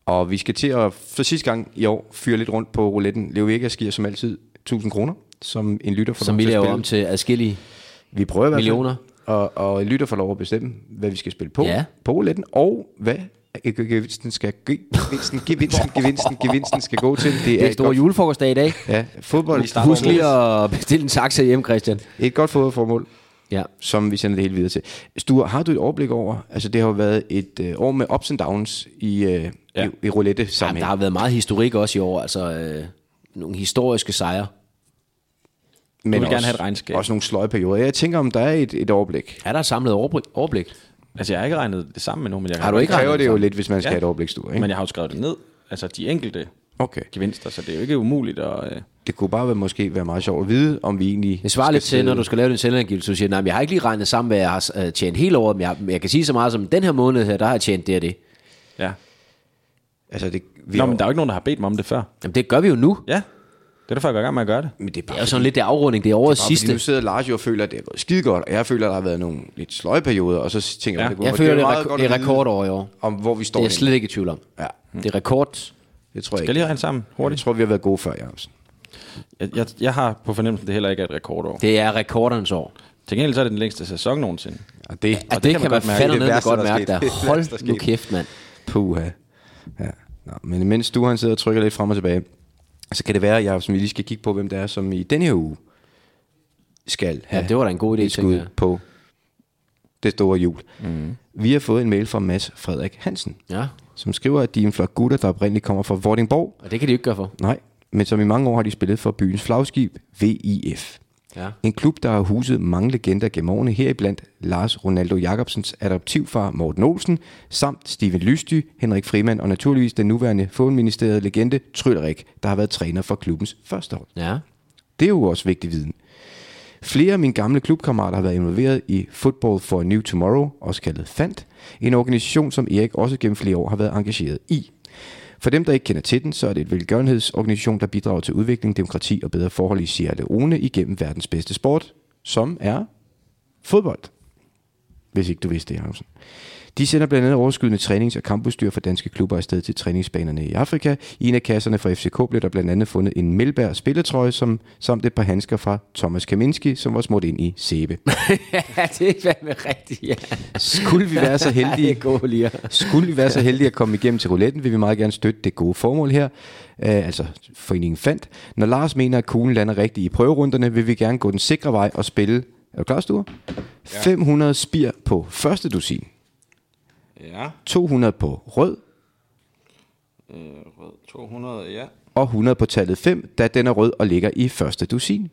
S2: Og vi skal til at for sidste gang i år fyre lidt rundt på rouletten. Leo Vegas giver som altid 1000 kroner, som en lytter får lov
S4: Som vi
S2: til at
S4: laver
S2: spille.
S4: om til adskillige.
S2: Vi prøver i hvert fald.
S4: Millioner.
S2: Og, og en lytter får lov at bestemme, hvad vi skal spille på,
S4: Ja.
S2: på rouletten, og hvad øh, gevinsten skal, gevinsten,
S4: <laughs>
S2: gevinsten, gevinsten, gevinsten skal gå til.
S4: Det er store
S2: et
S4: julefrokostdag i dag.
S2: godt, ja, fodbold,
S4: Husk lige at bestille en taxa hjem, Christian.
S2: et godt fodboldformål,
S4: Ja.
S2: som vi sender det hele videre til. Sture, har du et overblik over, altså det har jo været et øh, år med ups and downs i, øh, ja. i, i roulette
S4: Jamen, der
S2: sammenhæng.
S4: har været meget historik også i år. Altså, øh, nogle historiske sejre.
S2: Men
S3: vil gerne
S2: også,
S3: have et regnskab.
S2: Også nogle sløje perioder. Jeg tænker, om der er et, et overblik.
S4: Er der et samlet overblik? overblik?
S3: Altså, jeg har ikke regnet det sammen endnu, men jeg,
S4: Har du
S2: Det
S4: ikke
S2: kræver
S4: regnet
S2: det jo
S4: sammen?
S2: lidt, hvis man skal
S3: Ja.
S2: have et overblik, Sture. Ikke?
S3: men jeg har jo skrevet det ned. Altså, de enkelte
S2: Okay.
S3: gevinster, så det er jo ikke umuligt at... Øh,
S2: Det kunne bare være, måske være meget sjovt at vide, om vi egentlig...
S4: Det svarer
S2: skal
S4: lidt til,
S2: sidde-
S4: når du skal lave din selvangivelse, du siger, nej, men jeg har ikke lige regnet sammen, hvad jeg har øh, tjent hele året, men jeg, men jeg kan sige så meget som, den her måned her, der har jeg tjent det og det.
S3: ja.
S2: Altså, det, vi
S3: Nå, men der er jo ikke nogen, der har bedt mig om det før.
S4: Jamen, det gør vi jo nu.
S3: Ja, det er derfor, jeg går i gang med at gøre det.
S2: men det er
S4: Det
S2: bare,
S4: er jo sådan lidt det afrunding, det er årets
S2: bare
S4: sidste.
S2: Fordi nu sidder Lars jo og føler, at det er gået skide godt, og jeg føler, at der har været nogle lidt sløje perioder, og så tænker
S3: Ja.
S2: jeg,
S4: Jeg
S2: og
S4: føler,
S2: jo
S4: det er,
S2: meget
S4: rek-
S2: godt
S4: det
S2: at
S4: er
S2: vide,
S4: rekordår i år.
S2: Om hvor vi står
S4: Det er jeg
S2: henne.
S4: slet ikke i tvivl om.
S2: Ja,
S4: Det er rekord.
S2: det tror jeg
S3: Skal jeg
S2: ikke.
S3: lige have en sammen
S2: Jeg
S3: hurtigt?
S2: tror, vi har været gode før, Jacobsen.
S3: Jeg, jeg, jeg har på fornemmelsen, det heller ikke er et rekordår.
S4: Det er rekordernes år.
S3: Til gengæld så er det den længste sæson nogensinde.
S2: Og det,
S4: Ja, det, det kan man, man fandme
S2: Det er det
S4: godt,
S2: værste,
S4: godt
S2: der er
S4: mærke
S2: sket. <laughs>
S4: der.
S2: Det er det værste, der
S4: Hold
S2: er
S4: nu
S2: sket.
S4: kæft, mand.
S2: Puha. Ja. Nå, men imens du han sidder og trykker lidt frem og tilbage, så kan det være, Jacob, som vi lige skal kigge på, hvem det er, som i denne her uge skal have
S4: det var da en god idé,
S2: et skud
S4: tænker jeg.
S2: på det store jul. Mm. Vi har fået en mail fra Mads Frederik Hansen,
S4: Ja,
S2: som skriver, at de er en flok gutter, der oprindeligt kommer fra Vordingborg.
S4: og det kan de jo ikke gøre for.
S2: Nej, men som i mange år har de spillet for byens flagskib, VIF.
S4: Ja.
S2: En klub, der har huset mange legender gennem årene, heriblandt Lars Ronaldo Jacobsens adoptivfar Morten Olsen, samt Steven Lysty, Henrik Frimand og naturligvis den nuværende fodministeriet legende Tryllerik, der har været træner for klubbens første hold.
S4: Ja.
S2: Det er jo også vigtig viden. Flere af mine gamle klubkammerater har været involveret i Football for a New Tomorrow, også kaldet FANT, en organisation, som Erik også gennem flere år har været engageret i. For dem, der ikke kender til den, så er det et velgørenhedsorganisation, der bidrager til udvikling, demokrati og bedre forhold i Sierra Leone igennem verdens bedste sport, som er fodbold. Hvis ikke du vidste det, Jacobsen. De sender blandt andet overskydende trænings- og kampudstyr fra danske klubber afsted til træningsbanerne i Afrika. I en af kasserne fra FCK blev der blandt andet fundet en Melberg spilletrøje som, samt et par handsker fra Thomas Kaminski, som var smurt ind i sæbe.
S4: <laughs> ja, det er fandme rigtigt, ja.
S2: Skulle vi
S4: <laughs>
S2: være så heldige,
S4: Det er gode lige.
S2: Skulle vi være så heldige at komme igennem til rouletten, vil vi meget gerne støtte det gode formål her, øh, altså foreningen fandt. Når Lars mener, at kuglen lander rigtigt i prøverunderne, vil vi gerne gå den sikre vej og spille, er du klar, Sture? Ja. 500 spir på første dusin,
S3: Ja,
S2: 200 på rød
S3: rød 200, ja.
S2: og 100 på tallet 5, da den er rød og ligger i første dusin.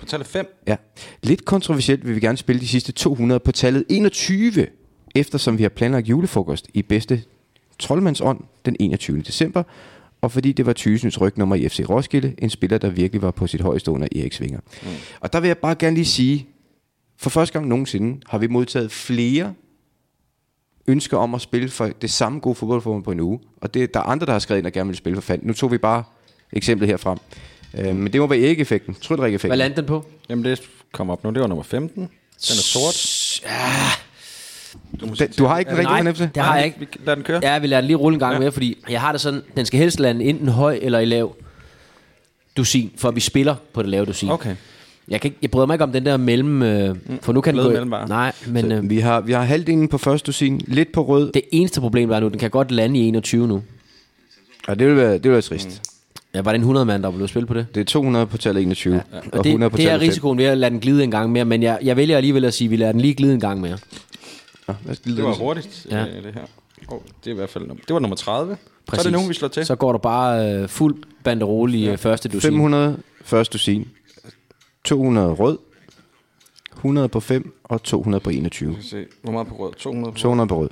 S3: På tallet 5.
S2: Ja. Lidt kontroversielt vil vi gerne spille de sidste 200 på tallet 21, eftersom vi har planlagt julefrokost i bedste troldmandsånd den 21. december, og fordi det var Thysens rygnummer i FC Roskilde, en spiller, der virkelig var på sit højeste under Erik Svinger. Mm. Og der vil jeg bare gerne lige sige, for første gang nogensinde har vi modtaget flere ønsker om at spille for det samme gode fodboldformål på en uge. Og det, der er andre, der har skrevet ind og gerne vil spille for fanden. Nu tog vi bare eksemplet herfra. Øh, men det må være ikke-effekten. Tryllerik-effekten.
S4: Hvad landte den på?
S3: Jamen det kom op nu, det var nummer 15. Den er sort.
S2: Du, den, du har ikke den rigtige fornemmelse?
S4: det har jeg ikke.
S3: Vi lader den køre.
S4: Ja, vi lader den lige rulle en gang ja. mere, fordi jeg har det sådan, den skal helst lande enten høj eller i lav dusin, for vi spiller på det lave dusin.
S3: Okay.
S4: Jeg, kan ikke, jeg bryder mig ikke om den der mellem... Øh, for nu kan den
S3: flade
S4: gå...
S3: mellembar.
S4: Nej, men øh,
S2: Vi har, vi har halvdelen på første dusin, lidt på rød,
S4: det eneste problem, der er nu, den kan godt lande i 21 nu.
S2: og det vil være, det vil være trist. Mm.
S4: Ja, var det en 100 mand, der blev spillet på det?
S2: Det er 200 på tallet 21, ja, og, 100
S4: Og det,
S2: på
S4: det er
S2: tallet 5.
S4: risikoen ved at lade den glide en gang mere, men jeg, jeg vælger alligevel at sige, at vi lader den lige glide en gang mere.
S2: Nå, lad os glide
S3: Det var
S2: videre.
S3: hurtigt,
S4: Ja.
S3: ja. øh, det her. Oh, det er i hvert fald nummer, det var nummer 30. Præcis. Så er det nu, vi slår til.
S4: Så går der bare øh, fuld banderole i ja. første dusin.
S2: 500 første dusin, 200 rød, 100 på 5 og 200 på 21.
S3: Vi skal se, hvor meget på rød? 200 på
S2: 200 på rød,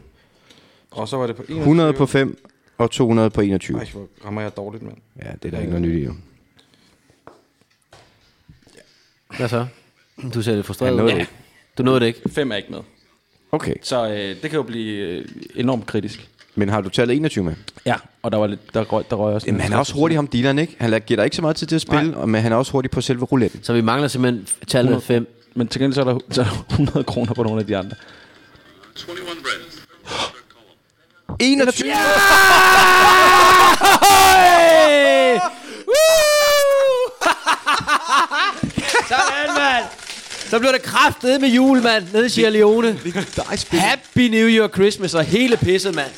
S3: Og så var det på 21.
S2: 100 på 5 og 200 på 21.
S3: Ej, hvor rammer jeg dårligt, mand.
S2: Ja, det er der ikke noget nyt i. jo.
S4: Hvad så? Du ser lidt frustreret
S2: Han nåede
S4: ud.
S2: det
S4: Ja. Du nåede det ikke.
S3: 5 er ikke med.
S2: Okay,
S3: Så øh, det kan jo blive øh, enormt kritisk.
S2: men har du tallet 21 med?
S3: Ja. Og der var lidt, der røg, der røg også.
S2: Jamen, han er også hurtig, ham dealeren, ikke? Han lader- giver dig ikke så meget tid til at spille, og- men han er også hurtig på selve rouletten.
S4: Så vi mangler simpelthen tallet 5.
S3: Men til gengæld så er, der, så er der <laughs> 100 kroner på nogle af de andre.
S2: 21! Ja!
S4: Sådan, mand! Så blev det kraftet med jul, mand, nede i Sierra Leone. Happy New Year Christmas og hele pisset, mand.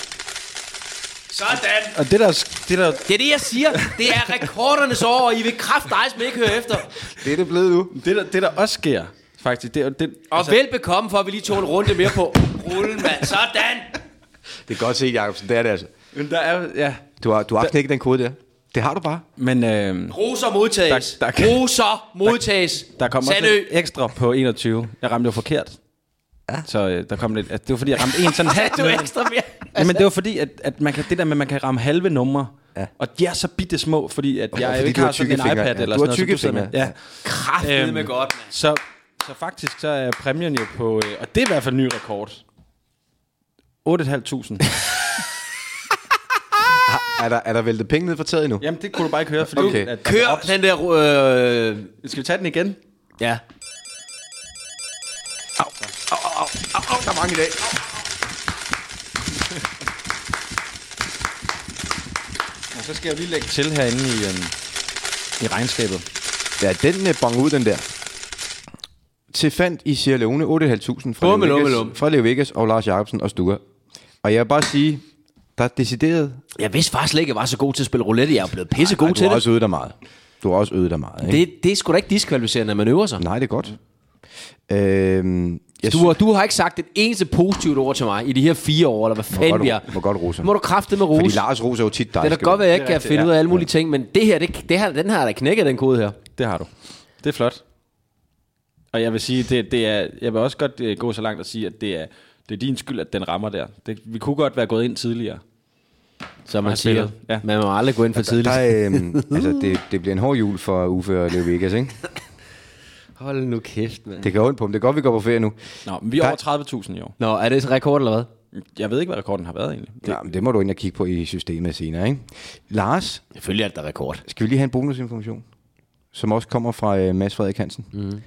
S3: Og det der, det der,
S4: Det er det, jeg siger. Det er rekordernes år, og I vil kraftdejs med ikke høre efter.
S2: Det er det blevet nu.
S3: det der, det der også sker, faktisk, det er jo det,
S4: Og velbekomme for, at vi lige tog en runde mere på rullen, mand. Sådan!
S2: Det er godt set, Jacobsen. Det er det altså.
S3: men der er, jo- ja,
S2: Du har, du har knækket den kode der. Det har du bare.
S3: men øh,
S4: Roser modtages.
S3: Tak, tak.
S4: Roser modtages.
S3: der kom også
S4: Sandø.
S3: lidt ekstra på 21. Jeg ramte jo forkert. Ja. Så øh, der kom lidt, altså, det var fordi, jeg ramte en
S2: <laughs>
S3: sådan halv.
S4: Du er ekstra mere.
S3: Altså, men det var fordi, at, at man kan, det der med, at man kan ramme halve numre, ja. og de er så bitte små, fordi at jeg
S2: fordi
S3: fordi ikke
S2: du har
S3: har sådan en
S2: tykke
S3: iPad
S2: fingre. Ja,
S3: eller
S2: du har
S3: sådan noget. så
S2: tykke
S3: sidder med-
S2: fingre.
S3: Ja.
S4: Kraftet med
S3: Øhm,
S4: godt, mand.
S3: Så, så faktisk så er præmien jo på, øh, og det er i hvert fald en ny rekord. 8.500.
S2: Er der, er der væltet penge ned fra taget endnu?
S3: Jamen, det kunne du bare ikke høre, fordi...
S2: Okay.
S3: At,
S4: Kør
S3: Ops.
S4: den der... Øh,
S3: Skal vi tage den igen?
S4: ja.
S2: der er mange i dag.
S3: Og så skal jeg jo lige lægge til herinde i, øhm, i regnskabet.
S2: Ja, den øh, bong ud, den der. Til fandt i Sierra Leone 8.500 fra,
S4: Bummelum,
S2: Leo
S4: bummelum.
S2: Vegas, fra Leo Vegas og Lars Jacobsen og Sture. Og jeg vil bare sige, der er decideret...
S4: Jeg vidste faktisk slet ikke, jeg var så god til at spille roulette. Jeg er blevet pissegod
S2: du
S4: til
S2: har
S4: det.
S2: også øvet dig meget. Du har også øvet dig meget, ikke?
S4: det. Det er sgu da ikke diskvalificerende, at man øver sig.
S2: Nej, det er godt. Øhm, jeg
S4: Du,
S2: synes-
S4: har- du har ikke sagt et eneste positivt ord til mig i de her fire år, eller hvad fanden
S2: godt-
S4: vi er.
S2: må godt rose ham.
S4: Må du kræfte med rose.
S2: Fordi Lars roser jo tit dig.
S4: det er da
S2: skal
S4: godt,
S2: vi-
S4: at jeg ikke kan finde ud af alle mulige ting, men det her, det, det her, den her, der knækker den kode her.
S3: Det har du. Det er flot. Og jeg vil sige, det, det er, jeg vil også godt øh, gå så langt og sige, at det er, det er din skyld, at den rammer der. Det, vi kunne godt være gået ind tidligere.
S4: Som man
S3: har
S4: siger.
S3: spillet,
S4: Ja.
S3: ja.
S4: Man må aldrig gå ind for tidligt.
S2: Der, øhm, altså, det, det bliver en hård jul for Uffe og Leo Vegas, ikke?
S4: Hold nu kæft, mand.
S2: Det kan ondt på dem. Det er godt, vi går på ferie nu.
S3: Nå, men vi er over 30.000 i år.
S4: Nå, er det så rekord eller hvad?
S3: Jeg ved ikke, hvad rekorden har været egentlig.
S2: Det, Jamen, det må du ind og kigge på i systemet senere, ikke? Lars,
S4: Selvfølgelig er det da rekord.
S2: skal vi lige have en bonusinformation, som også kommer fra øh, Mads Frederik Hansen. Mm.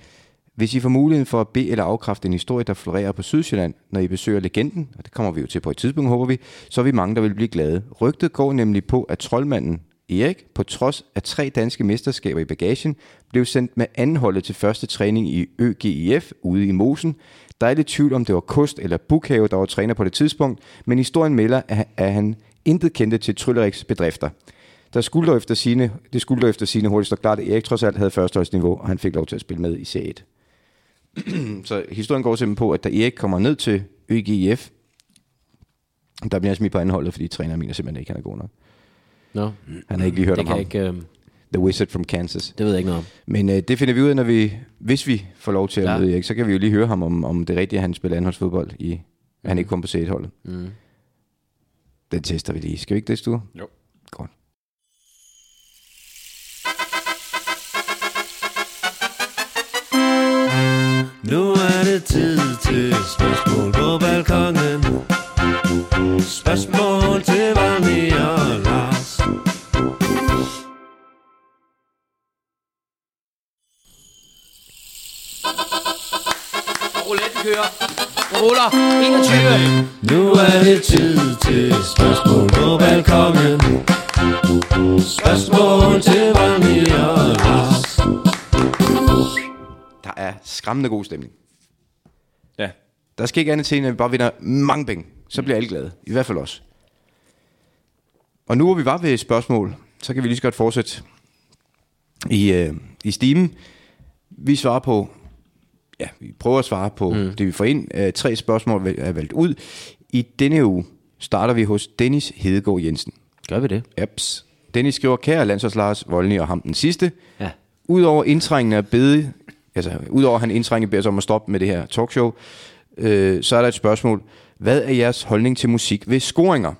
S2: Hvis I får muligheden for at bede eller afkræfte en historie, der florerer på Sydsjælland, når I besøger legenden, og det kommer vi jo til på et tidspunkt, håber vi, så er vi mange, der vil blive glade. Rygtet går nemlig på, at troldmanden Erik, på trods af tre danske mesterskaber i bagagen, blev sendt med anholdet til første træning i ØGIF ude i Mosen. Der er lidt tvivl om, det var Kost eller Bukhave, der var træner på det tidspunkt, men historien melder, at- at han intet kendte til Trylleriks bedrifter. Der skulle dog efter sine, det skulle dog efter sine hurtigt stå klart, at Erik trods alt havde førsteholdsniveau, og han fik lov til at spille med i C1. Så historien går simpelthen på, at da Erik kommer ned til ØGIF, der bliver han smidt på anholdet, fordi træneren mener simpelthen ikke, han er god nok.
S4: Nå,
S2: Han har ikke lige hørt om
S4: det, kan
S2: ham.
S4: jeg ikke, øh,
S2: The Wizard from Kansas.
S4: det ved jeg ikke noget om.
S2: Men øh, det finder vi ud af, når vi, hvis vi får lov til at
S4: Ja.
S2: møde Erik, så kan vi jo lige høre ham, om, om det er rigtigt, at han spiller anholdsfodbold, i, at han ikke kom på C1-holdet. Mm. Den tester vi lige. Skal vi ikke det, Sture? Jo. Godt.
S6: Nu er det tid til spørgsmål på balkongen. Spørgsmål til Valmi og Lars.
S4: Rouletten kører. Ruller. 21.
S6: Nu er det tid til spørgsmål på balkongen. Spørgsmål til Valmi og Lars.
S2: Der er skræmmende god stemning.
S9: Ja.
S2: Der skal ikke andet til, end at vi bare vinder mange penge. Så bliver alle glade. I hvert fald os. Og nu hvor vi var ved spørgsmål, så kan vi lige så godt fortsætte i, øh, i stimen. Vi svarer på, ja, vi prøver at svare på mm. det, vi får ind. Øh, tre spørgsmål væl- er valgt ud. I denne uge starter vi hos Dennis Hedegaard Jensen.
S4: Gør vi det?
S2: Eps. Dennis skriver, kære landsholds Lars, Voldny og ham den sidste.
S4: Ja.
S2: Udover indtrængende at bede, altså udover at han indtrængende beder sig om at stoppe med det her talkshow, øh, så er der et spørgsmål. Hvad er jeres holdning til musik ved scoringer?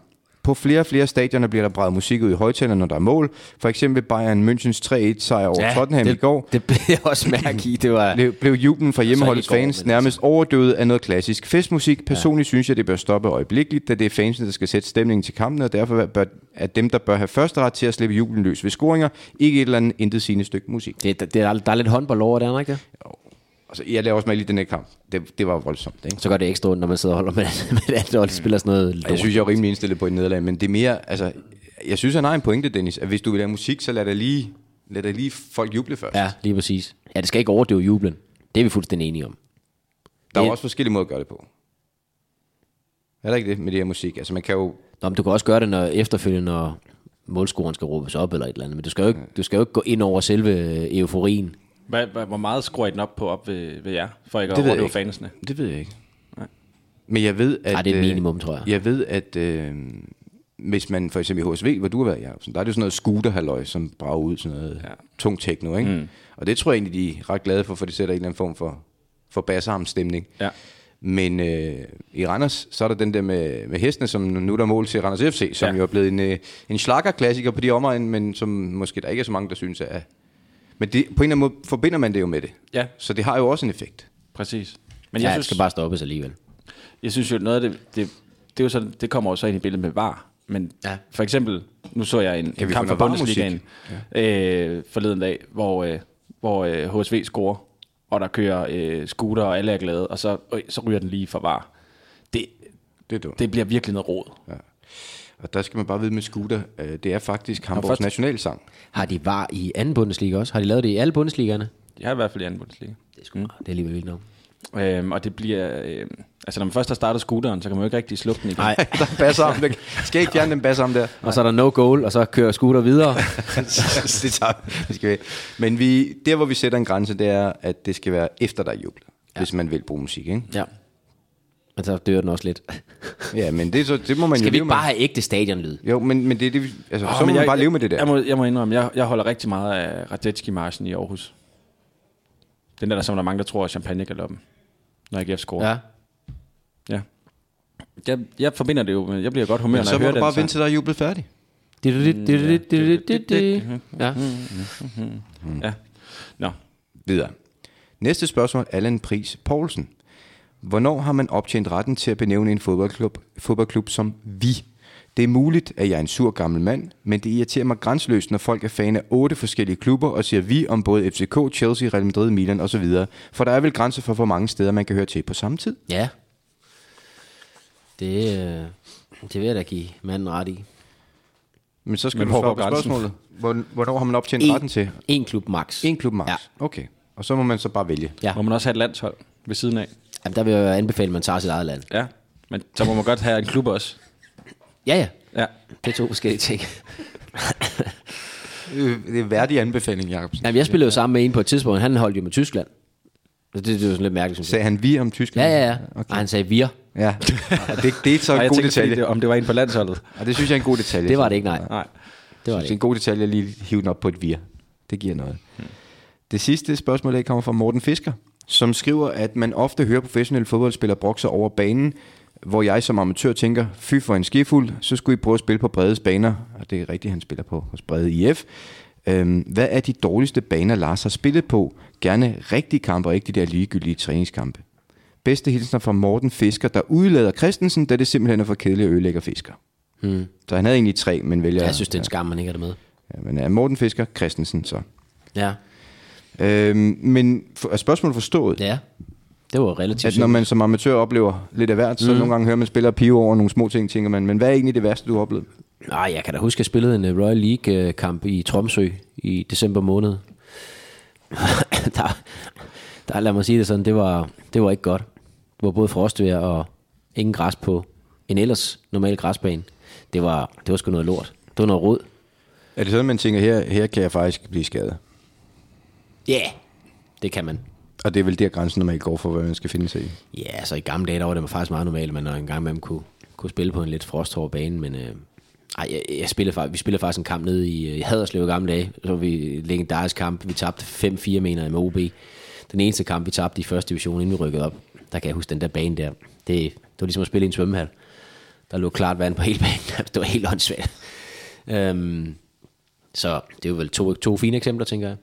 S2: På flere og flere stadioner bliver der bredt musik ud i højtalerne, når der er mål. For eksempel Bayern Münchens 3-1 sejr over ja, Tottenham
S4: det,
S2: i går.
S4: Det blev jeg også mærke i. Det
S2: <laughs>
S4: var...
S2: Blev, blev jublen fra hjemmeholdets
S4: i går,
S2: fans
S4: men
S2: nærmest overdøvet af noget klassisk festmusik. Personligt altså- ja. synes jeg, det bør stoppe øjeblikkeligt, da det er fansene, der skal sætte stemningen til kampen, og derfor bør, er dem, der bør have første ret til at slippe jublen løs ved scoringer, ikke et eller andet intet sigende stykke musik.
S4: Det, det, det er, der er lidt håndbold over, det er der ikke det?
S2: Altså, jeg laver også med lige den her kamp. Det, det var voldsomt. Ikke?
S4: Så gør det ekstra ondt, når man sidder og holder med, med det andet, og spiller sådan noget
S2: Og Jeg synes, jeg er rimelig indstillet på et nederlag, men det er mere, altså, jeg synes, han har en pointe, Dennis, at hvis du vil have musik, så lad da lige, lad da lige folk juble først.
S4: Ja, lige præcis. Ja, det skal ikke overdøve jublen. Det er vi fuldstændig enige om.
S2: Der er jo
S4: Ja.
S2: også forskellige måder at gøre det på. Er der ikke det med det her musik? Altså, man kan jo
S4: Nå, men du kan også gøre det når efterfølgende, når målscoren skal råbes op eller et eller andet, men du skal jo ikke, du skal jo ikke gå ind over selve øh, euforien.
S9: Hvad, hvad, hvor meget skruer I den op på op ved, ved jer, for ikke at
S2: Det ved jeg
S9: overdøve
S2: ikke.
S9: fansene?
S2: Det ved jeg ikke. Men jeg ved, at...
S4: Ej, det er et
S2: øh,
S4: minimum, tror jeg.
S2: Jeg ved, at øh, hvis man for eksempel i HSV, hvor du har været, Jacobsen, der er det jo sådan noget scooterhalløj, som brager ud sådan noget ja. tung techno, ikke? Mm. Og det tror jeg egentlig, de er ret glade for, for det sætter en eller anden form for, for bassarmstemning.
S9: Ja.
S2: Men øh, i Randers, så er der den der med, med hestene, som nu er der mål til Randers FC, som ja.
S9: Ja.
S2: jo er blevet en, øh, en slagerklassiker på de omegn, men som måske der ikke er så mange, der synes er... Men det, på en eller anden måde forbinder man det jo med det.
S9: Ja.
S2: Så det har jo også en effekt.
S9: Præcis.
S4: Men
S9: Men
S4: jeg
S9: jeg,
S4: ja,
S9: synes,
S4: synes... skal bare stoppes alligevel.
S9: jeg synes jo, noget af det, det, det, er jo sådan, det kommer jo så ind i billedet med var. Men
S4: Ja.
S9: ja. for eksempel, nu så jeg en, en
S2: vi
S9: kamp
S2: få
S9: for
S2: noget
S9: Bundesligaen ja. øh, forleden dag, hvor, øh, hvor øh, HSV scorer, og der kører øh, scooter, og alle er glade, og så, øh, så ryger den lige for var. Det,
S2: Det er dumt.
S9: det bliver virkelig noget råd.
S2: Og der skal man bare vide med Scooter, øh, det er faktisk Hamburgs
S9: først-
S2: nationalsang. <laughs>
S4: Har de var i anden bundesliga også? Har de lavet det i alle bundesligerne?
S9: Jeg er i hvert fald i anden Bundesliga.
S4: Det er, sgu... mm. det er alligevel vildt nok.
S9: Øhm, og det bliver... Øhm, altså, når man først har startet scooteren, så kan man jo ikke rigtig slukke den igen.
S4: Nej.
S2: Der er basser om det. Skal ikke fjerne den basser om der?
S4: Og så er der no goal, og så kører scooter videre.
S2: <laughs> det tager vi. Skal vi. Men vi, der, hvor vi sætter en grænse, det er, at det skal være efter, der er jublet. Ja. Hvis man vil bruge musik, ikke?
S4: <laughs> ja. Og så dør den også lidt.
S2: Ja, men det, er så, det må man jo
S4: Skal vi
S2: leve
S4: ikke
S2: med.
S4: bare have ægte stadionlyd?
S2: Jo, men, men det er det, vi- altså, oh,
S9: Åh,
S2: så må
S9: men
S2: man
S9: jeg-
S2: bare leve med det der.
S9: Jeg må, jeg må indrømme, jeg, jeg holder rigtig meget af Radetski-marchen i Aarhus. Den der, der som der er mange, der tror er champagnegaloppen, når AGF scorer.
S4: Ja.
S9: ja. Jeg, jeg forbinder det jo, men jeg bliver godt humør, når
S2: så
S9: jeg
S2: må
S9: hører
S2: du
S9: den
S2: bare
S9: sang.
S2: vente til, der er jublet færdig.
S4: Mm, Ja.
S9: Ja. Nå,
S2: Videre. Næste spørgsmål, Allan Pris Poulsen. Hvornår har man optjent retten til at benævne en fodboldklub, fodboldklub som vi? Det er muligt, at jeg er en sur gammel mand, men det irriterer mig grænsløst, når folk er fan af otte forskellige klubber og siger vi om både FCK, Chelsea, Real Madrid, Milan osv. For der er vel grænser for, hvor mange steder man kan høre til på samme tid.
S4: Ja. Det, øh, det vil jeg da give manden ret i.
S2: Men så skal
S9: Men
S2: du
S9: hvor
S2: svare
S9: går
S2: på
S9: grænsen?
S2: spørgsmålet. Hvor- Hvornår har man optjent retten til?
S4: en klub max.
S2: En klub max.
S4: Ja.
S2: Ja. Okay. Og så må man så bare vælge.
S4: Ja.
S9: Må man også have et landshold ved siden af?
S4: Jamen, der vil jeg anbefale, at man tager sit eget land.
S9: Ja. Men så må man godt have en klub også.
S4: Ja, ja.
S9: Ja.
S4: Det er to forskellige ting.
S2: Øh, Det er værdig anbefaling, Jacobsen.
S4: Jamen, jeg spillede jo sammen med en på et tidspunkt. Han holdt jo med Tyskland. Det, det, det var sådan lidt mærkeligt, synes jeg.
S2: Sagde han vi om Tyskland?
S4: Ja, ja, ja. Okay. Og han sagde vir.
S2: ja. <laughs> Og det, det er så
S9: Og
S2: en
S9: jeg tænkte,
S2: god
S9: fordi
S2: detalje.
S9: det, om det var en på landsholdet.
S2: Og det synes jeg er en god detalje.
S4: Det var det ikke, nej.
S9: Nej.
S4: Det var det Hmm.
S2: Det er en
S4: ikke.
S2: god detalje at lige hive den op på et vir. Det giver noget. Det sidste spørgsmål der kommer fra Morten Fisker, som skriver, at man ofte hører professionelle fodboldspillere brokke sig over banen, hvor jeg som amatør tænker, fy for en skefuld, så skulle I prøve at spille på brede baner. Og det er rigtigt, han spiller på hos Brede IF. Øhm, hvad er de dårligste baner, Lars har spillet på? Gerne rigtige kampe og ikke de der ligegyldige træningskampe. Bedste hilsner fra Morten Fisker, der udlader Christensen, da det simpelthen er for kedeligt at ødelægge Fisker. Hmm. Så han havde egentlig tre, men vælger...
S4: Jeg synes, det er en skam, man ikke er det med.
S2: Ja, men er Morten Fisker Christensen så.
S4: Ja.
S2: Øhm, men for, er spørgsmålet forstået?
S4: Ja. Det var relativt
S2: At når man som amatør oplever lidt af hvert, så mm. nogle gange hører man spillere pive over nogle små ting, tænker man. Men hvad er egentlig det værste, du har oplevet?
S4: Nej, jeg kan da huske, at jeg spillede en øh, Royal League-kamp i Tromsø i december måned. <laughs> der, der, lad mig sige det sådan, det var, det var ikke godt. Det var både frostvejr og ingen græs på en ellers normal græsbane. Det var, det var sgu noget lort. Det var noget rod.
S2: Er det sådan, man tænker, her, her kan jeg faktisk blive skadet?
S4: Ja, yeah. det kan man.
S2: Og det er vel der grænsen, når man ikke går for, hvad man skal finde sig i.
S4: Ja, så i gamle dage, der var det faktisk meget normalt, at man en gang imellem kunne, kunne spille på en lidt frosthård bane, men øh, ej, jeg, jeg spillede, fa- vi spillede faktisk en kamp nede i, øh, i Haderslev i gamle dage, så var vi en legendarisk kamp, vi tabte 5-4 mener jeg, med OB. Den eneste kamp, vi tabte i første division, inden vi rykkede op, der kan jeg huske den der bane der, det, det var ligesom at spille i en svømmehal. Der lå klart vand på hele banen, <laughs> det var helt åndssvagt. øhm, så det er jo vel to, to fine eksempler, tænker jeg.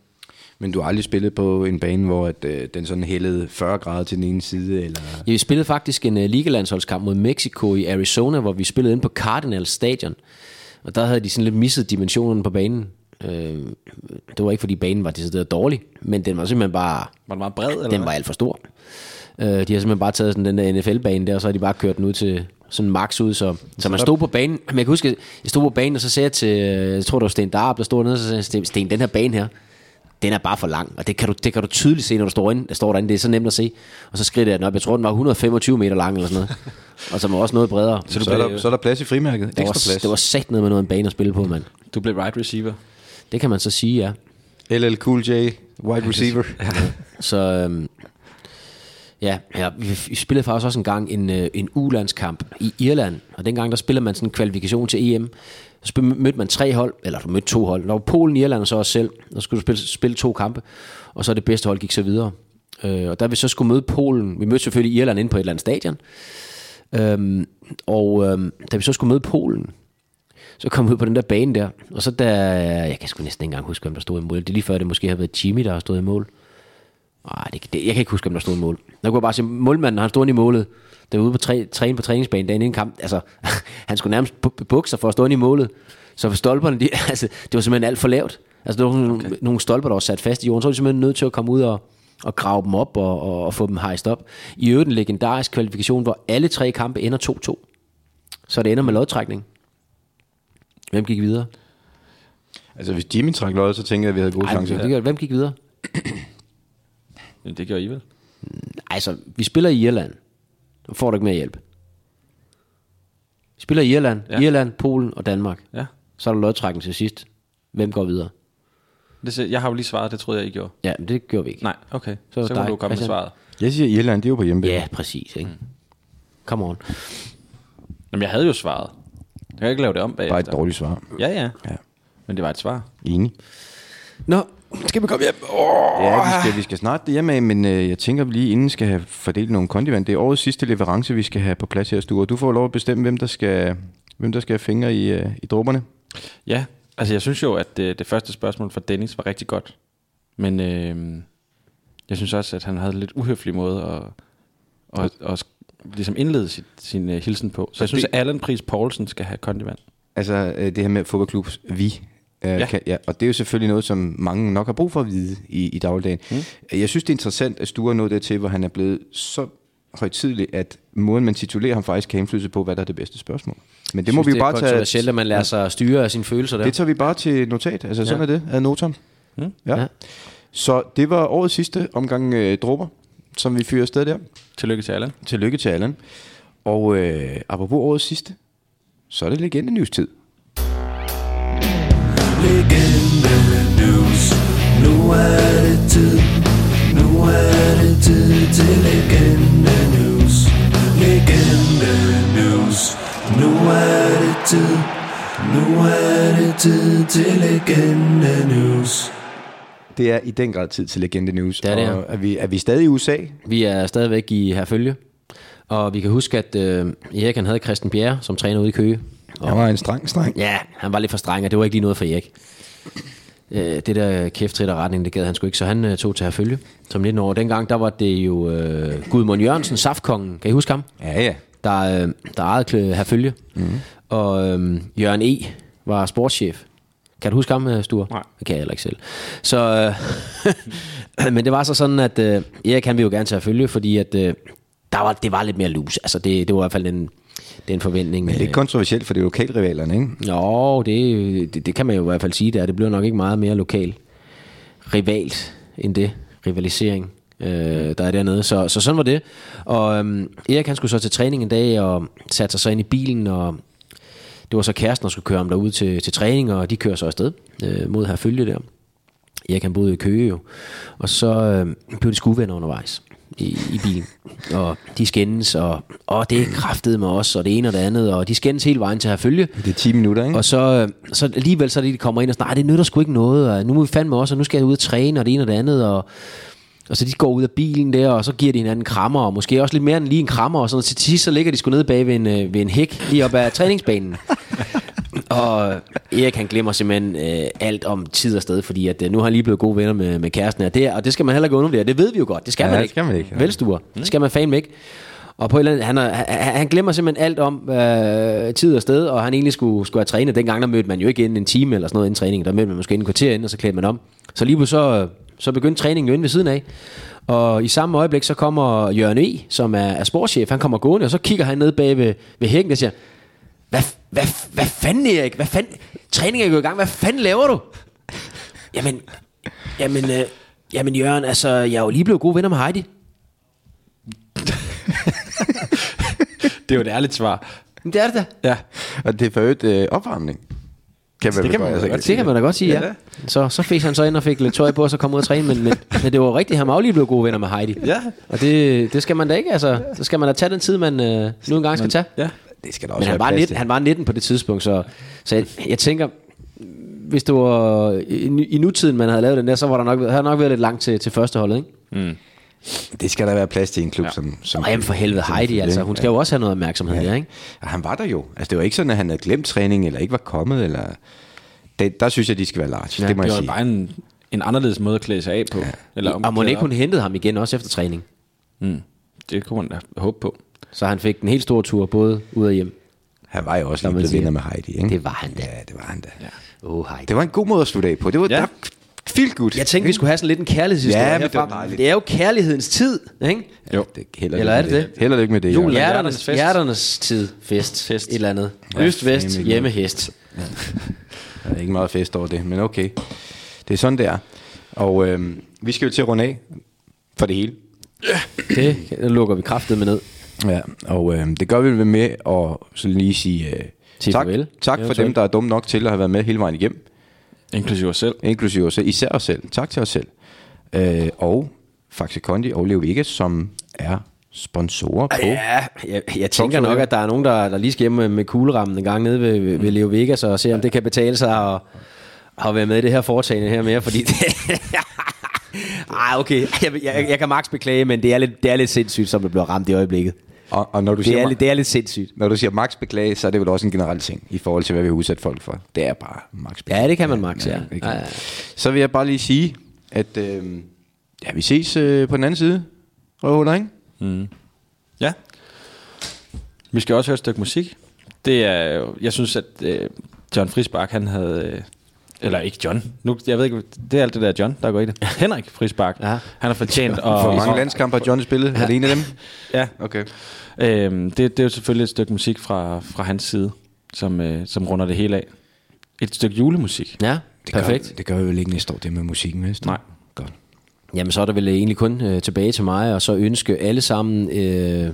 S2: Men du har aldrig spillet på en bane, hvor at, øh, den sådan hældede 40 grader til den ene side? Eller...
S4: Ja, vi spillede faktisk en uh, ligalandsholdskamp mod Mexico i Arizona, hvor vi spillede ind på Cardinals stadion. Og der havde de sådan lidt misset dimensionerne på banen. Øh, det var ikke, fordi banen var decideret dårlig, men den var simpelthen bare...
S9: Var den meget bred? Eller
S4: Den var alt for stor. Øh, de har simpelthen bare taget sådan den der NFL-bane der, og så har de bare kørt den ud til sådan max ud, så, så man stod på banen. Men jeg kan huske, jeg stod på banen, og så sagde jeg til, øh, jeg tror det var Sten Darp, der stod nede, og så sagde jeg, "Sten, Sten, den her bane her, den er bare for lang, og det kan du, det kan du tydeligt se, når du står, inde, der står derinde, det er så nemt at se. Og så skridte jeg den op, jeg tror den var 125 meter lang eller sådan noget, og så var også noget bredere. Så
S2: Så, er der, så er der plads i frimærket.
S4: det,
S2: Ekstra
S4: var,
S2: plads.
S4: det var sat ned med noget af en bane at spille på, mand.
S9: Du blev right receiver.
S4: Det kan man så sige, ja.
S2: LL Cool J, wide receiver.
S4: Så øhm, ja, ja, vi vi spillede faktisk også en gang en, øh, en ulandskamp i Irland, og dengang der spiller man sådan en kvalifikation til EM. Så spil, mødte man tre hold, eller du mødte to hold. Der var Polen, Irland og så os selv. Der skulle du spille, spille to kampe, og så det bedste hold gik så videre. Øh, og der vi så skulle møde Polen, vi mødte selvfølgelig Irland inde på et eller andet stadion, øhm, og øhm, da vi så skulle møde Polen, så kom vi ud på den der bane der, og så da, jeg kan sgu næsten ikke engang huske, hvem der stod i mål. Det er lige før, det måske har været Jimmy, der har stået i mål. Nej, det, det, jeg kan ikke huske, om der stod i mål. Der kunne jeg bare se, målmanden, han stod inde i målet. Det var ude på træ, træne på træningsbanen dagen inden kamp. Altså, <laughs> han skulle nærmest bu- bukke sig for at stå inde i målet. Så for stolperne, de, <laughs> altså, det var simpelthen alt for lavt. Altså, der var nogle, okay. nogle stolper, der var sat fast i jorden. Så var de simpelthen nødt til at komme ud og, og grave dem op og, og, og få dem hejst op. I øvrigt en legendarisk kvalifikation, hvor alle tre kampe ender 2-2. Så det ender med lodtrækning. Hvem gik videre?
S2: altså, hvis Jimmy trak løjet, så tænker jeg, at vi havde gode
S4: Ej,
S2: chancer.
S4: det gør- hvem gik videre?
S9: Men det gjorde I vel?
S4: Altså, vi spiller i Irland. Nu får du ikke mere hjælp. Vi spiller i Irland, ja.
S9: Ja.
S4: Irland, Polen og Danmark.
S9: Ja.
S4: Så er der lodtrækken til sidst. Hvem går videre?
S9: Det, ser- jeg har jo lige svaret, det troede jeg ikke gjorde.
S4: Ja, men det gjorde vi ikke.
S9: Nej, okay.
S4: Så er det
S9: Så, så må
S4: dig, Altså-
S9: du komme med
S4: Christian.
S9: svaret.
S2: Jeg siger Irland, det er jo på hjemmebane.
S4: Ja, præcis. Ikke? Mm. Come on.
S9: Jamen, jeg havde jo svaret. Jeg kan ikke lave det om bagefter.
S2: Bare et dårligt svar.
S9: Ja, ja,
S2: Ja.
S9: ja. Men det var et svar.
S2: Enig.
S4: Nå, skal vi komme hjem? Oh.
S2: Ja, vi skal, vi skal snart hjemme af, men øh, jeg tænker, vi lige inden skal have fordelt nogle kondivand. Det er årets sidste leverance, vi skal have på plads her, Sture. Du får lov at bestemme, hvem der skal, hvem der skal have fingre i, øh, i dråberne.
S9: Ja, altså jeg synes jo, at det, det første spørgsmål fra Dennis var rigtig godt. Men øh, jeg synes også, at han havde en lidt uhøflig måde at, at, at, at ligesom indlede sit, sin uh, hilsen på. Så, så jeg synes,
S2: det-
S9: at Allan Pris Poulsen skal have kondivand.
S2: Altså øh, det her med fodboldklubs vi. Øh, ja. Kan, ja, og det er jo selvfølgelig noget, som mange nok har brug for at vide i, i dagligdagen. Mm. Jeg synes, det er interessant, at Sture er nået dertil, hvor han er blevet så højtidlig, at måden, man titulerer ham faktisk kan have indflydelse på, hvad der er det bedste spørgsmål. Men det må vi jo
S4: det er
S2: bare
S4: kontroversielt,
S2: tage...
S4: at man lader sig styre af sine følelser der.
S2: Det tager vi bare til notat. Altså sådan er det, ad notam. Mm. Ja.
S4: Ja.
S2: ja. Så det var årets sidste omgang øh, dråber, som vi fyrer afsted der.
S9: Tillykke til Allan.
S2: Tillykke til Allan. Og øh, apropos årets sidste, så er det legende news tid. Det er i den grad tid til legende news.
S4: Det er det, ja.
S2: og er vi, er vi stadig i USA?
S4: Vi er stadigvæk i herfølge. Og vi kan huske, at øh, Erik han havde Christian Bjerre, som træner ude i Køge. Og,
S2: Han var en streng streng.
S4: Ja, han var lidt for streng, og det var ikke lige noget for Erik. Øh, det der kæft trit og retning, det gad han sgu ikke, så han øh, tog til herfølge som 19 år. Dengang, der var det jo øh, Gudmund Jørgensen, saftkongen, kan I huske ham?
S2: Ja, ja.
S4: der, øh, der ejede her følge. Mm. Og øh, Jørgen E. var sportschef. Kan du huske ham, øh, Sture? Nej. Det kan jeg heller ikke selv. Så, øh, <laughs> men det var så sådan, at øh, Erik han ville jo gerne til at følge, fordi at, øh, der var, det var lidt mere loose. Altså, det, det var i hvert fald en, det er en forventning. øh,
S2: Men lidt kontroversielt, for det er lokalrivalerne, ikke?
S4: Jo, det, det, det kan man jo i hvert fald sige der. Det bliver nok ikke meget mere lokal rivalt end det. Rivalisering, øh, der er dernede. Så, så sådan var det. Og øhm, Erik han skulle så til træning en dag og satte sig så ind i bilen og det var så kæresten, der skulle køre ham derud til, til træning, og de kører så afsted øh, mod her følge der. Erik han boede i Køge jo. Og så øh, blev de skuevenner undervejs i, i bilen. Og de skændes, og, og det kraftede med os, og det ene og det andet, og de skændes hele vejen til her følge.
S2: Det er 10 minutter, ikke?
S4: Og så, øh, så alligevel så er det, de kommer ind og sådan, nej, det nytter sgu ikke noget, og nu må vi fandme også, og nu skal jeg ud og træne, og det ene og det andet, og, og så de går ud af bilen der, og så giver de hinanden krammer, og måske også lidt mere end lige en krammer, og sådan noget. Til sidst så ligger de sgu nede bag ved en, øh, ved en hæk, lige op ad træningsbanen. og Erik han glemmer simpelthen øh, alt om tid og sted, fordi at, øh, nu har han lige blevet gode venner med, med kæresten her. Det, er- og det skal man heller ikke undervurdere, det ved vi jo godt, det skal
S2: Ja,
S4: man
S2: det
S4: ikke.
S2: skal man ikke, Mm. nej.
S4: Vel, stuer. Det skal man fandme ikke. Og på et eller andet, han, er, han, han glemmer simpelthen alt om øh, tid og sted, og han egentlig skulle, skulle have trænet. Dengang der mødte man jo ikke inden en time eller sådan noget inden træningen. Der mødte man måske inden en kvarter inden, og så klædte man om. Så lige pludselig så, øh, så begyndte træningen jo inde ved siden af. Og i samme øjeblik, så kommer Jørgen E., som er, er sportschef, han kommer gående, og så kigger han ned bag ved, ved hækken og siger, hvad, hvad, hvad fanden Erik? Hvad fanden? Træningen er gået i gang. Hvad fanden laver du? Jamen, jamen, øh, jamen Jørgen, altså, jeg er jo lige blevet gode venner med Heidi.
S9: Det er jo et ærligt svar.
S4: Men det er det da.
S9: Ja.
S2: Og det er for øvrigt øh, opvarmning. Kan man det kan man altså, godt
S4: Det kan man da godt sige, ja. Så, så fik han så ind og fik lidt tøj på, og så kom ud og træne, men, men, men det var rigtigt, han var jo lige blevet gode venner med Heidi.
S9: Ja.
S4: Og det, det skal man da ikke, altså. Så skal man da tage den tid, man øh, nu engang skal tage.
S9: Ja.
S2: Det skal der
S4: Men
S2: også
S4: han var,
S2: være
S4: 19,
S2: plads til.
S4: han var 19 på det tidspunkt, så, så jeg, jeg tænker, hvis det var i, i nutiden, man havde lavet den der, så var der nok, havde der nok været lidt langt til, til førsteholdet, ikke?
S2: Det skal der være plads til i en klub, ja. som... som
S4: Og jamen for helvede, Heidi, altså, hun skal jo også have noget opmærksomhed ja. der, ikke?
S2: Og han var der jo. Altså, det var ikke sådan, at han havde glemt træning, eller ikke var kommet, eller... Det, der synes jeg, de skal være large. Ja, det må
S9: Det
S2: jeg
S9: var jo
S2: sige.
S9: bare en, en anderledes måde at klæde sig af på. Ja. Eller
S4: Og må
S9: klæde
S4: ikke
S9: op.
S4: hun hentede ham igen, også efter træning.
S9: Mm. Det kunne man da håbe på.
S4: Så han fik en helt stor tur, både ud og hjem.
S2: Han var jo også
S4: Som
S2: lige
S4: man
S2: blevet
S4: siger.
S2: venner med Heidi, ikke?
S4: Det var han da.
S2: Ja, det var han da. Ja.
S4: Åh, oh, Heidi.
S2: Det var en god måde at slutte af på. Det var...
S9: Ja.
S2: Ja. Feel good.
S4: Jeg tænkte, vi skulle have sådan lidt en kærlighedshistorie
S2: Ja, men det
S4: herfra.
S2: var dejligt.
S4: det er jo kærlighedens tid, ikke?
S2: Jo. Det, held og
S4: Eller
S2: lykke
S4: er
S2: med
S4: det det?
S2: Held og lykke med det.
S9: Jul
S2: Jørgen.
S9: er-
S4: Hjerternes,
S9: hjerternes
S4: fest.
S9: fest.
S4: hjerternes tid, fest, fest, et eller andet. Øst, vest,
S2: fandme
S4: hjemme, hest.
S2: Der er ikke meget fest over det, men okay. Det er sådan, det er. Og øhm, vi skal jo til at runde af for det hele.
S4: Det lukker vi kraftet med ned.
S2: Ja, og øh, det gør vi vel med at så lige sige øh,
S4: Sige
S2: tak,
S4: farvel.
S2: tak for dem, der er dumme nok til at have været med hele vejen igennem,
S9: Inklusive os selv.
S2: inklusive os selv, især os selv. Tak til os selv. Øh, og Faxe Kondi og Leo Vegas, som er sponsorer på.
S4: Ja, jeg, jeg tænker nok, at der er nogen, der, der lige skal hjem med, med kuglerammen en gang nede ved, ved, ved Leo Vegas og se, om det kan betale sig at, at være med i det her foretagende her mere, fordi det... <laughs> Ej, okay. Jeg, jeg, jeg kan max beklage, men det er, lidt, det er lidt sindssygt, som det bliver ramt i øjeblikket.
S2: Og, og når, du
S4: Det
S2: siger,
S4: er, lidt- det er lidt sindssygt.
S2: når du siger max beklage, så er det vel også en generel ting i forhold til, hvad vi har udsat folk for. Det er bare max beklage.
S4: Ja, det kan man max, ja.
S2: det kan.
S4: ja.
S2: Så vil jeg bare lige sige, at øh, ja, vi ses øh, på den anden side. Røvhuller, ikke?
S9: Ja.
S3: Vi skal også høre et stykke musik. Det er, jo- jeg synes, at øh, John Frisbak, han havde... Øh, eller ikke John. Nu, jeg ved ikke, det er alt det der John, der går i det. Henrik Frisbak,
S4: Ja.
S3: han har fortjent at...
S2: Hvor mange landskampe har John spillet? Er det en af dem?
S3: Ja,
S2: Okay.
S3: Øhm, det, det er jo selvfølgelig et stykke musik fra, fra hans side, som, øh, som runder det hele af. Et stykke julemusik.
S4: Ja, perfekt.
S2: Gør, det gør vi vel ikke næste år, det med musikken, hvis
S3: Nej.
S2: Godt.
S4: Jamen, så er der vel egentlig kun øh, tilbage til mig, og så ønske alle sammen øh,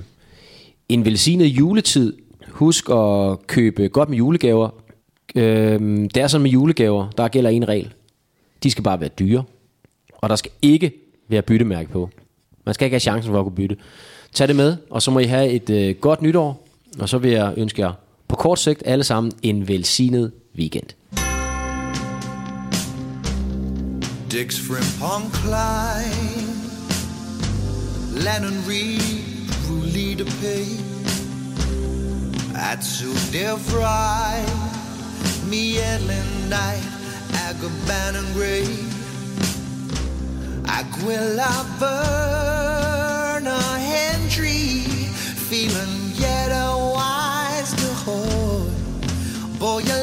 S4: en velsignet juletid. Husk at købe godt med julegaver. Øh, det er sådan med julegaver, der gælder en regel. De skal bare være dyre, og der skal ikke være byttemærke på. Man skal ikke have chancen for at kunne bytte. Tag det med, og så må I have et øh, godt nytår, og så vil jeg ønske jer på kort sigt alle sammen en velsignet weekend.
S7: Dix Frimpong Klein, Lennon Reed, Brulé de Pay, Atsu Devry, Mielen Knight, Agabanon Gray, Aguilla Verna Hendry, Phelan Yetta Wise, the Boy, you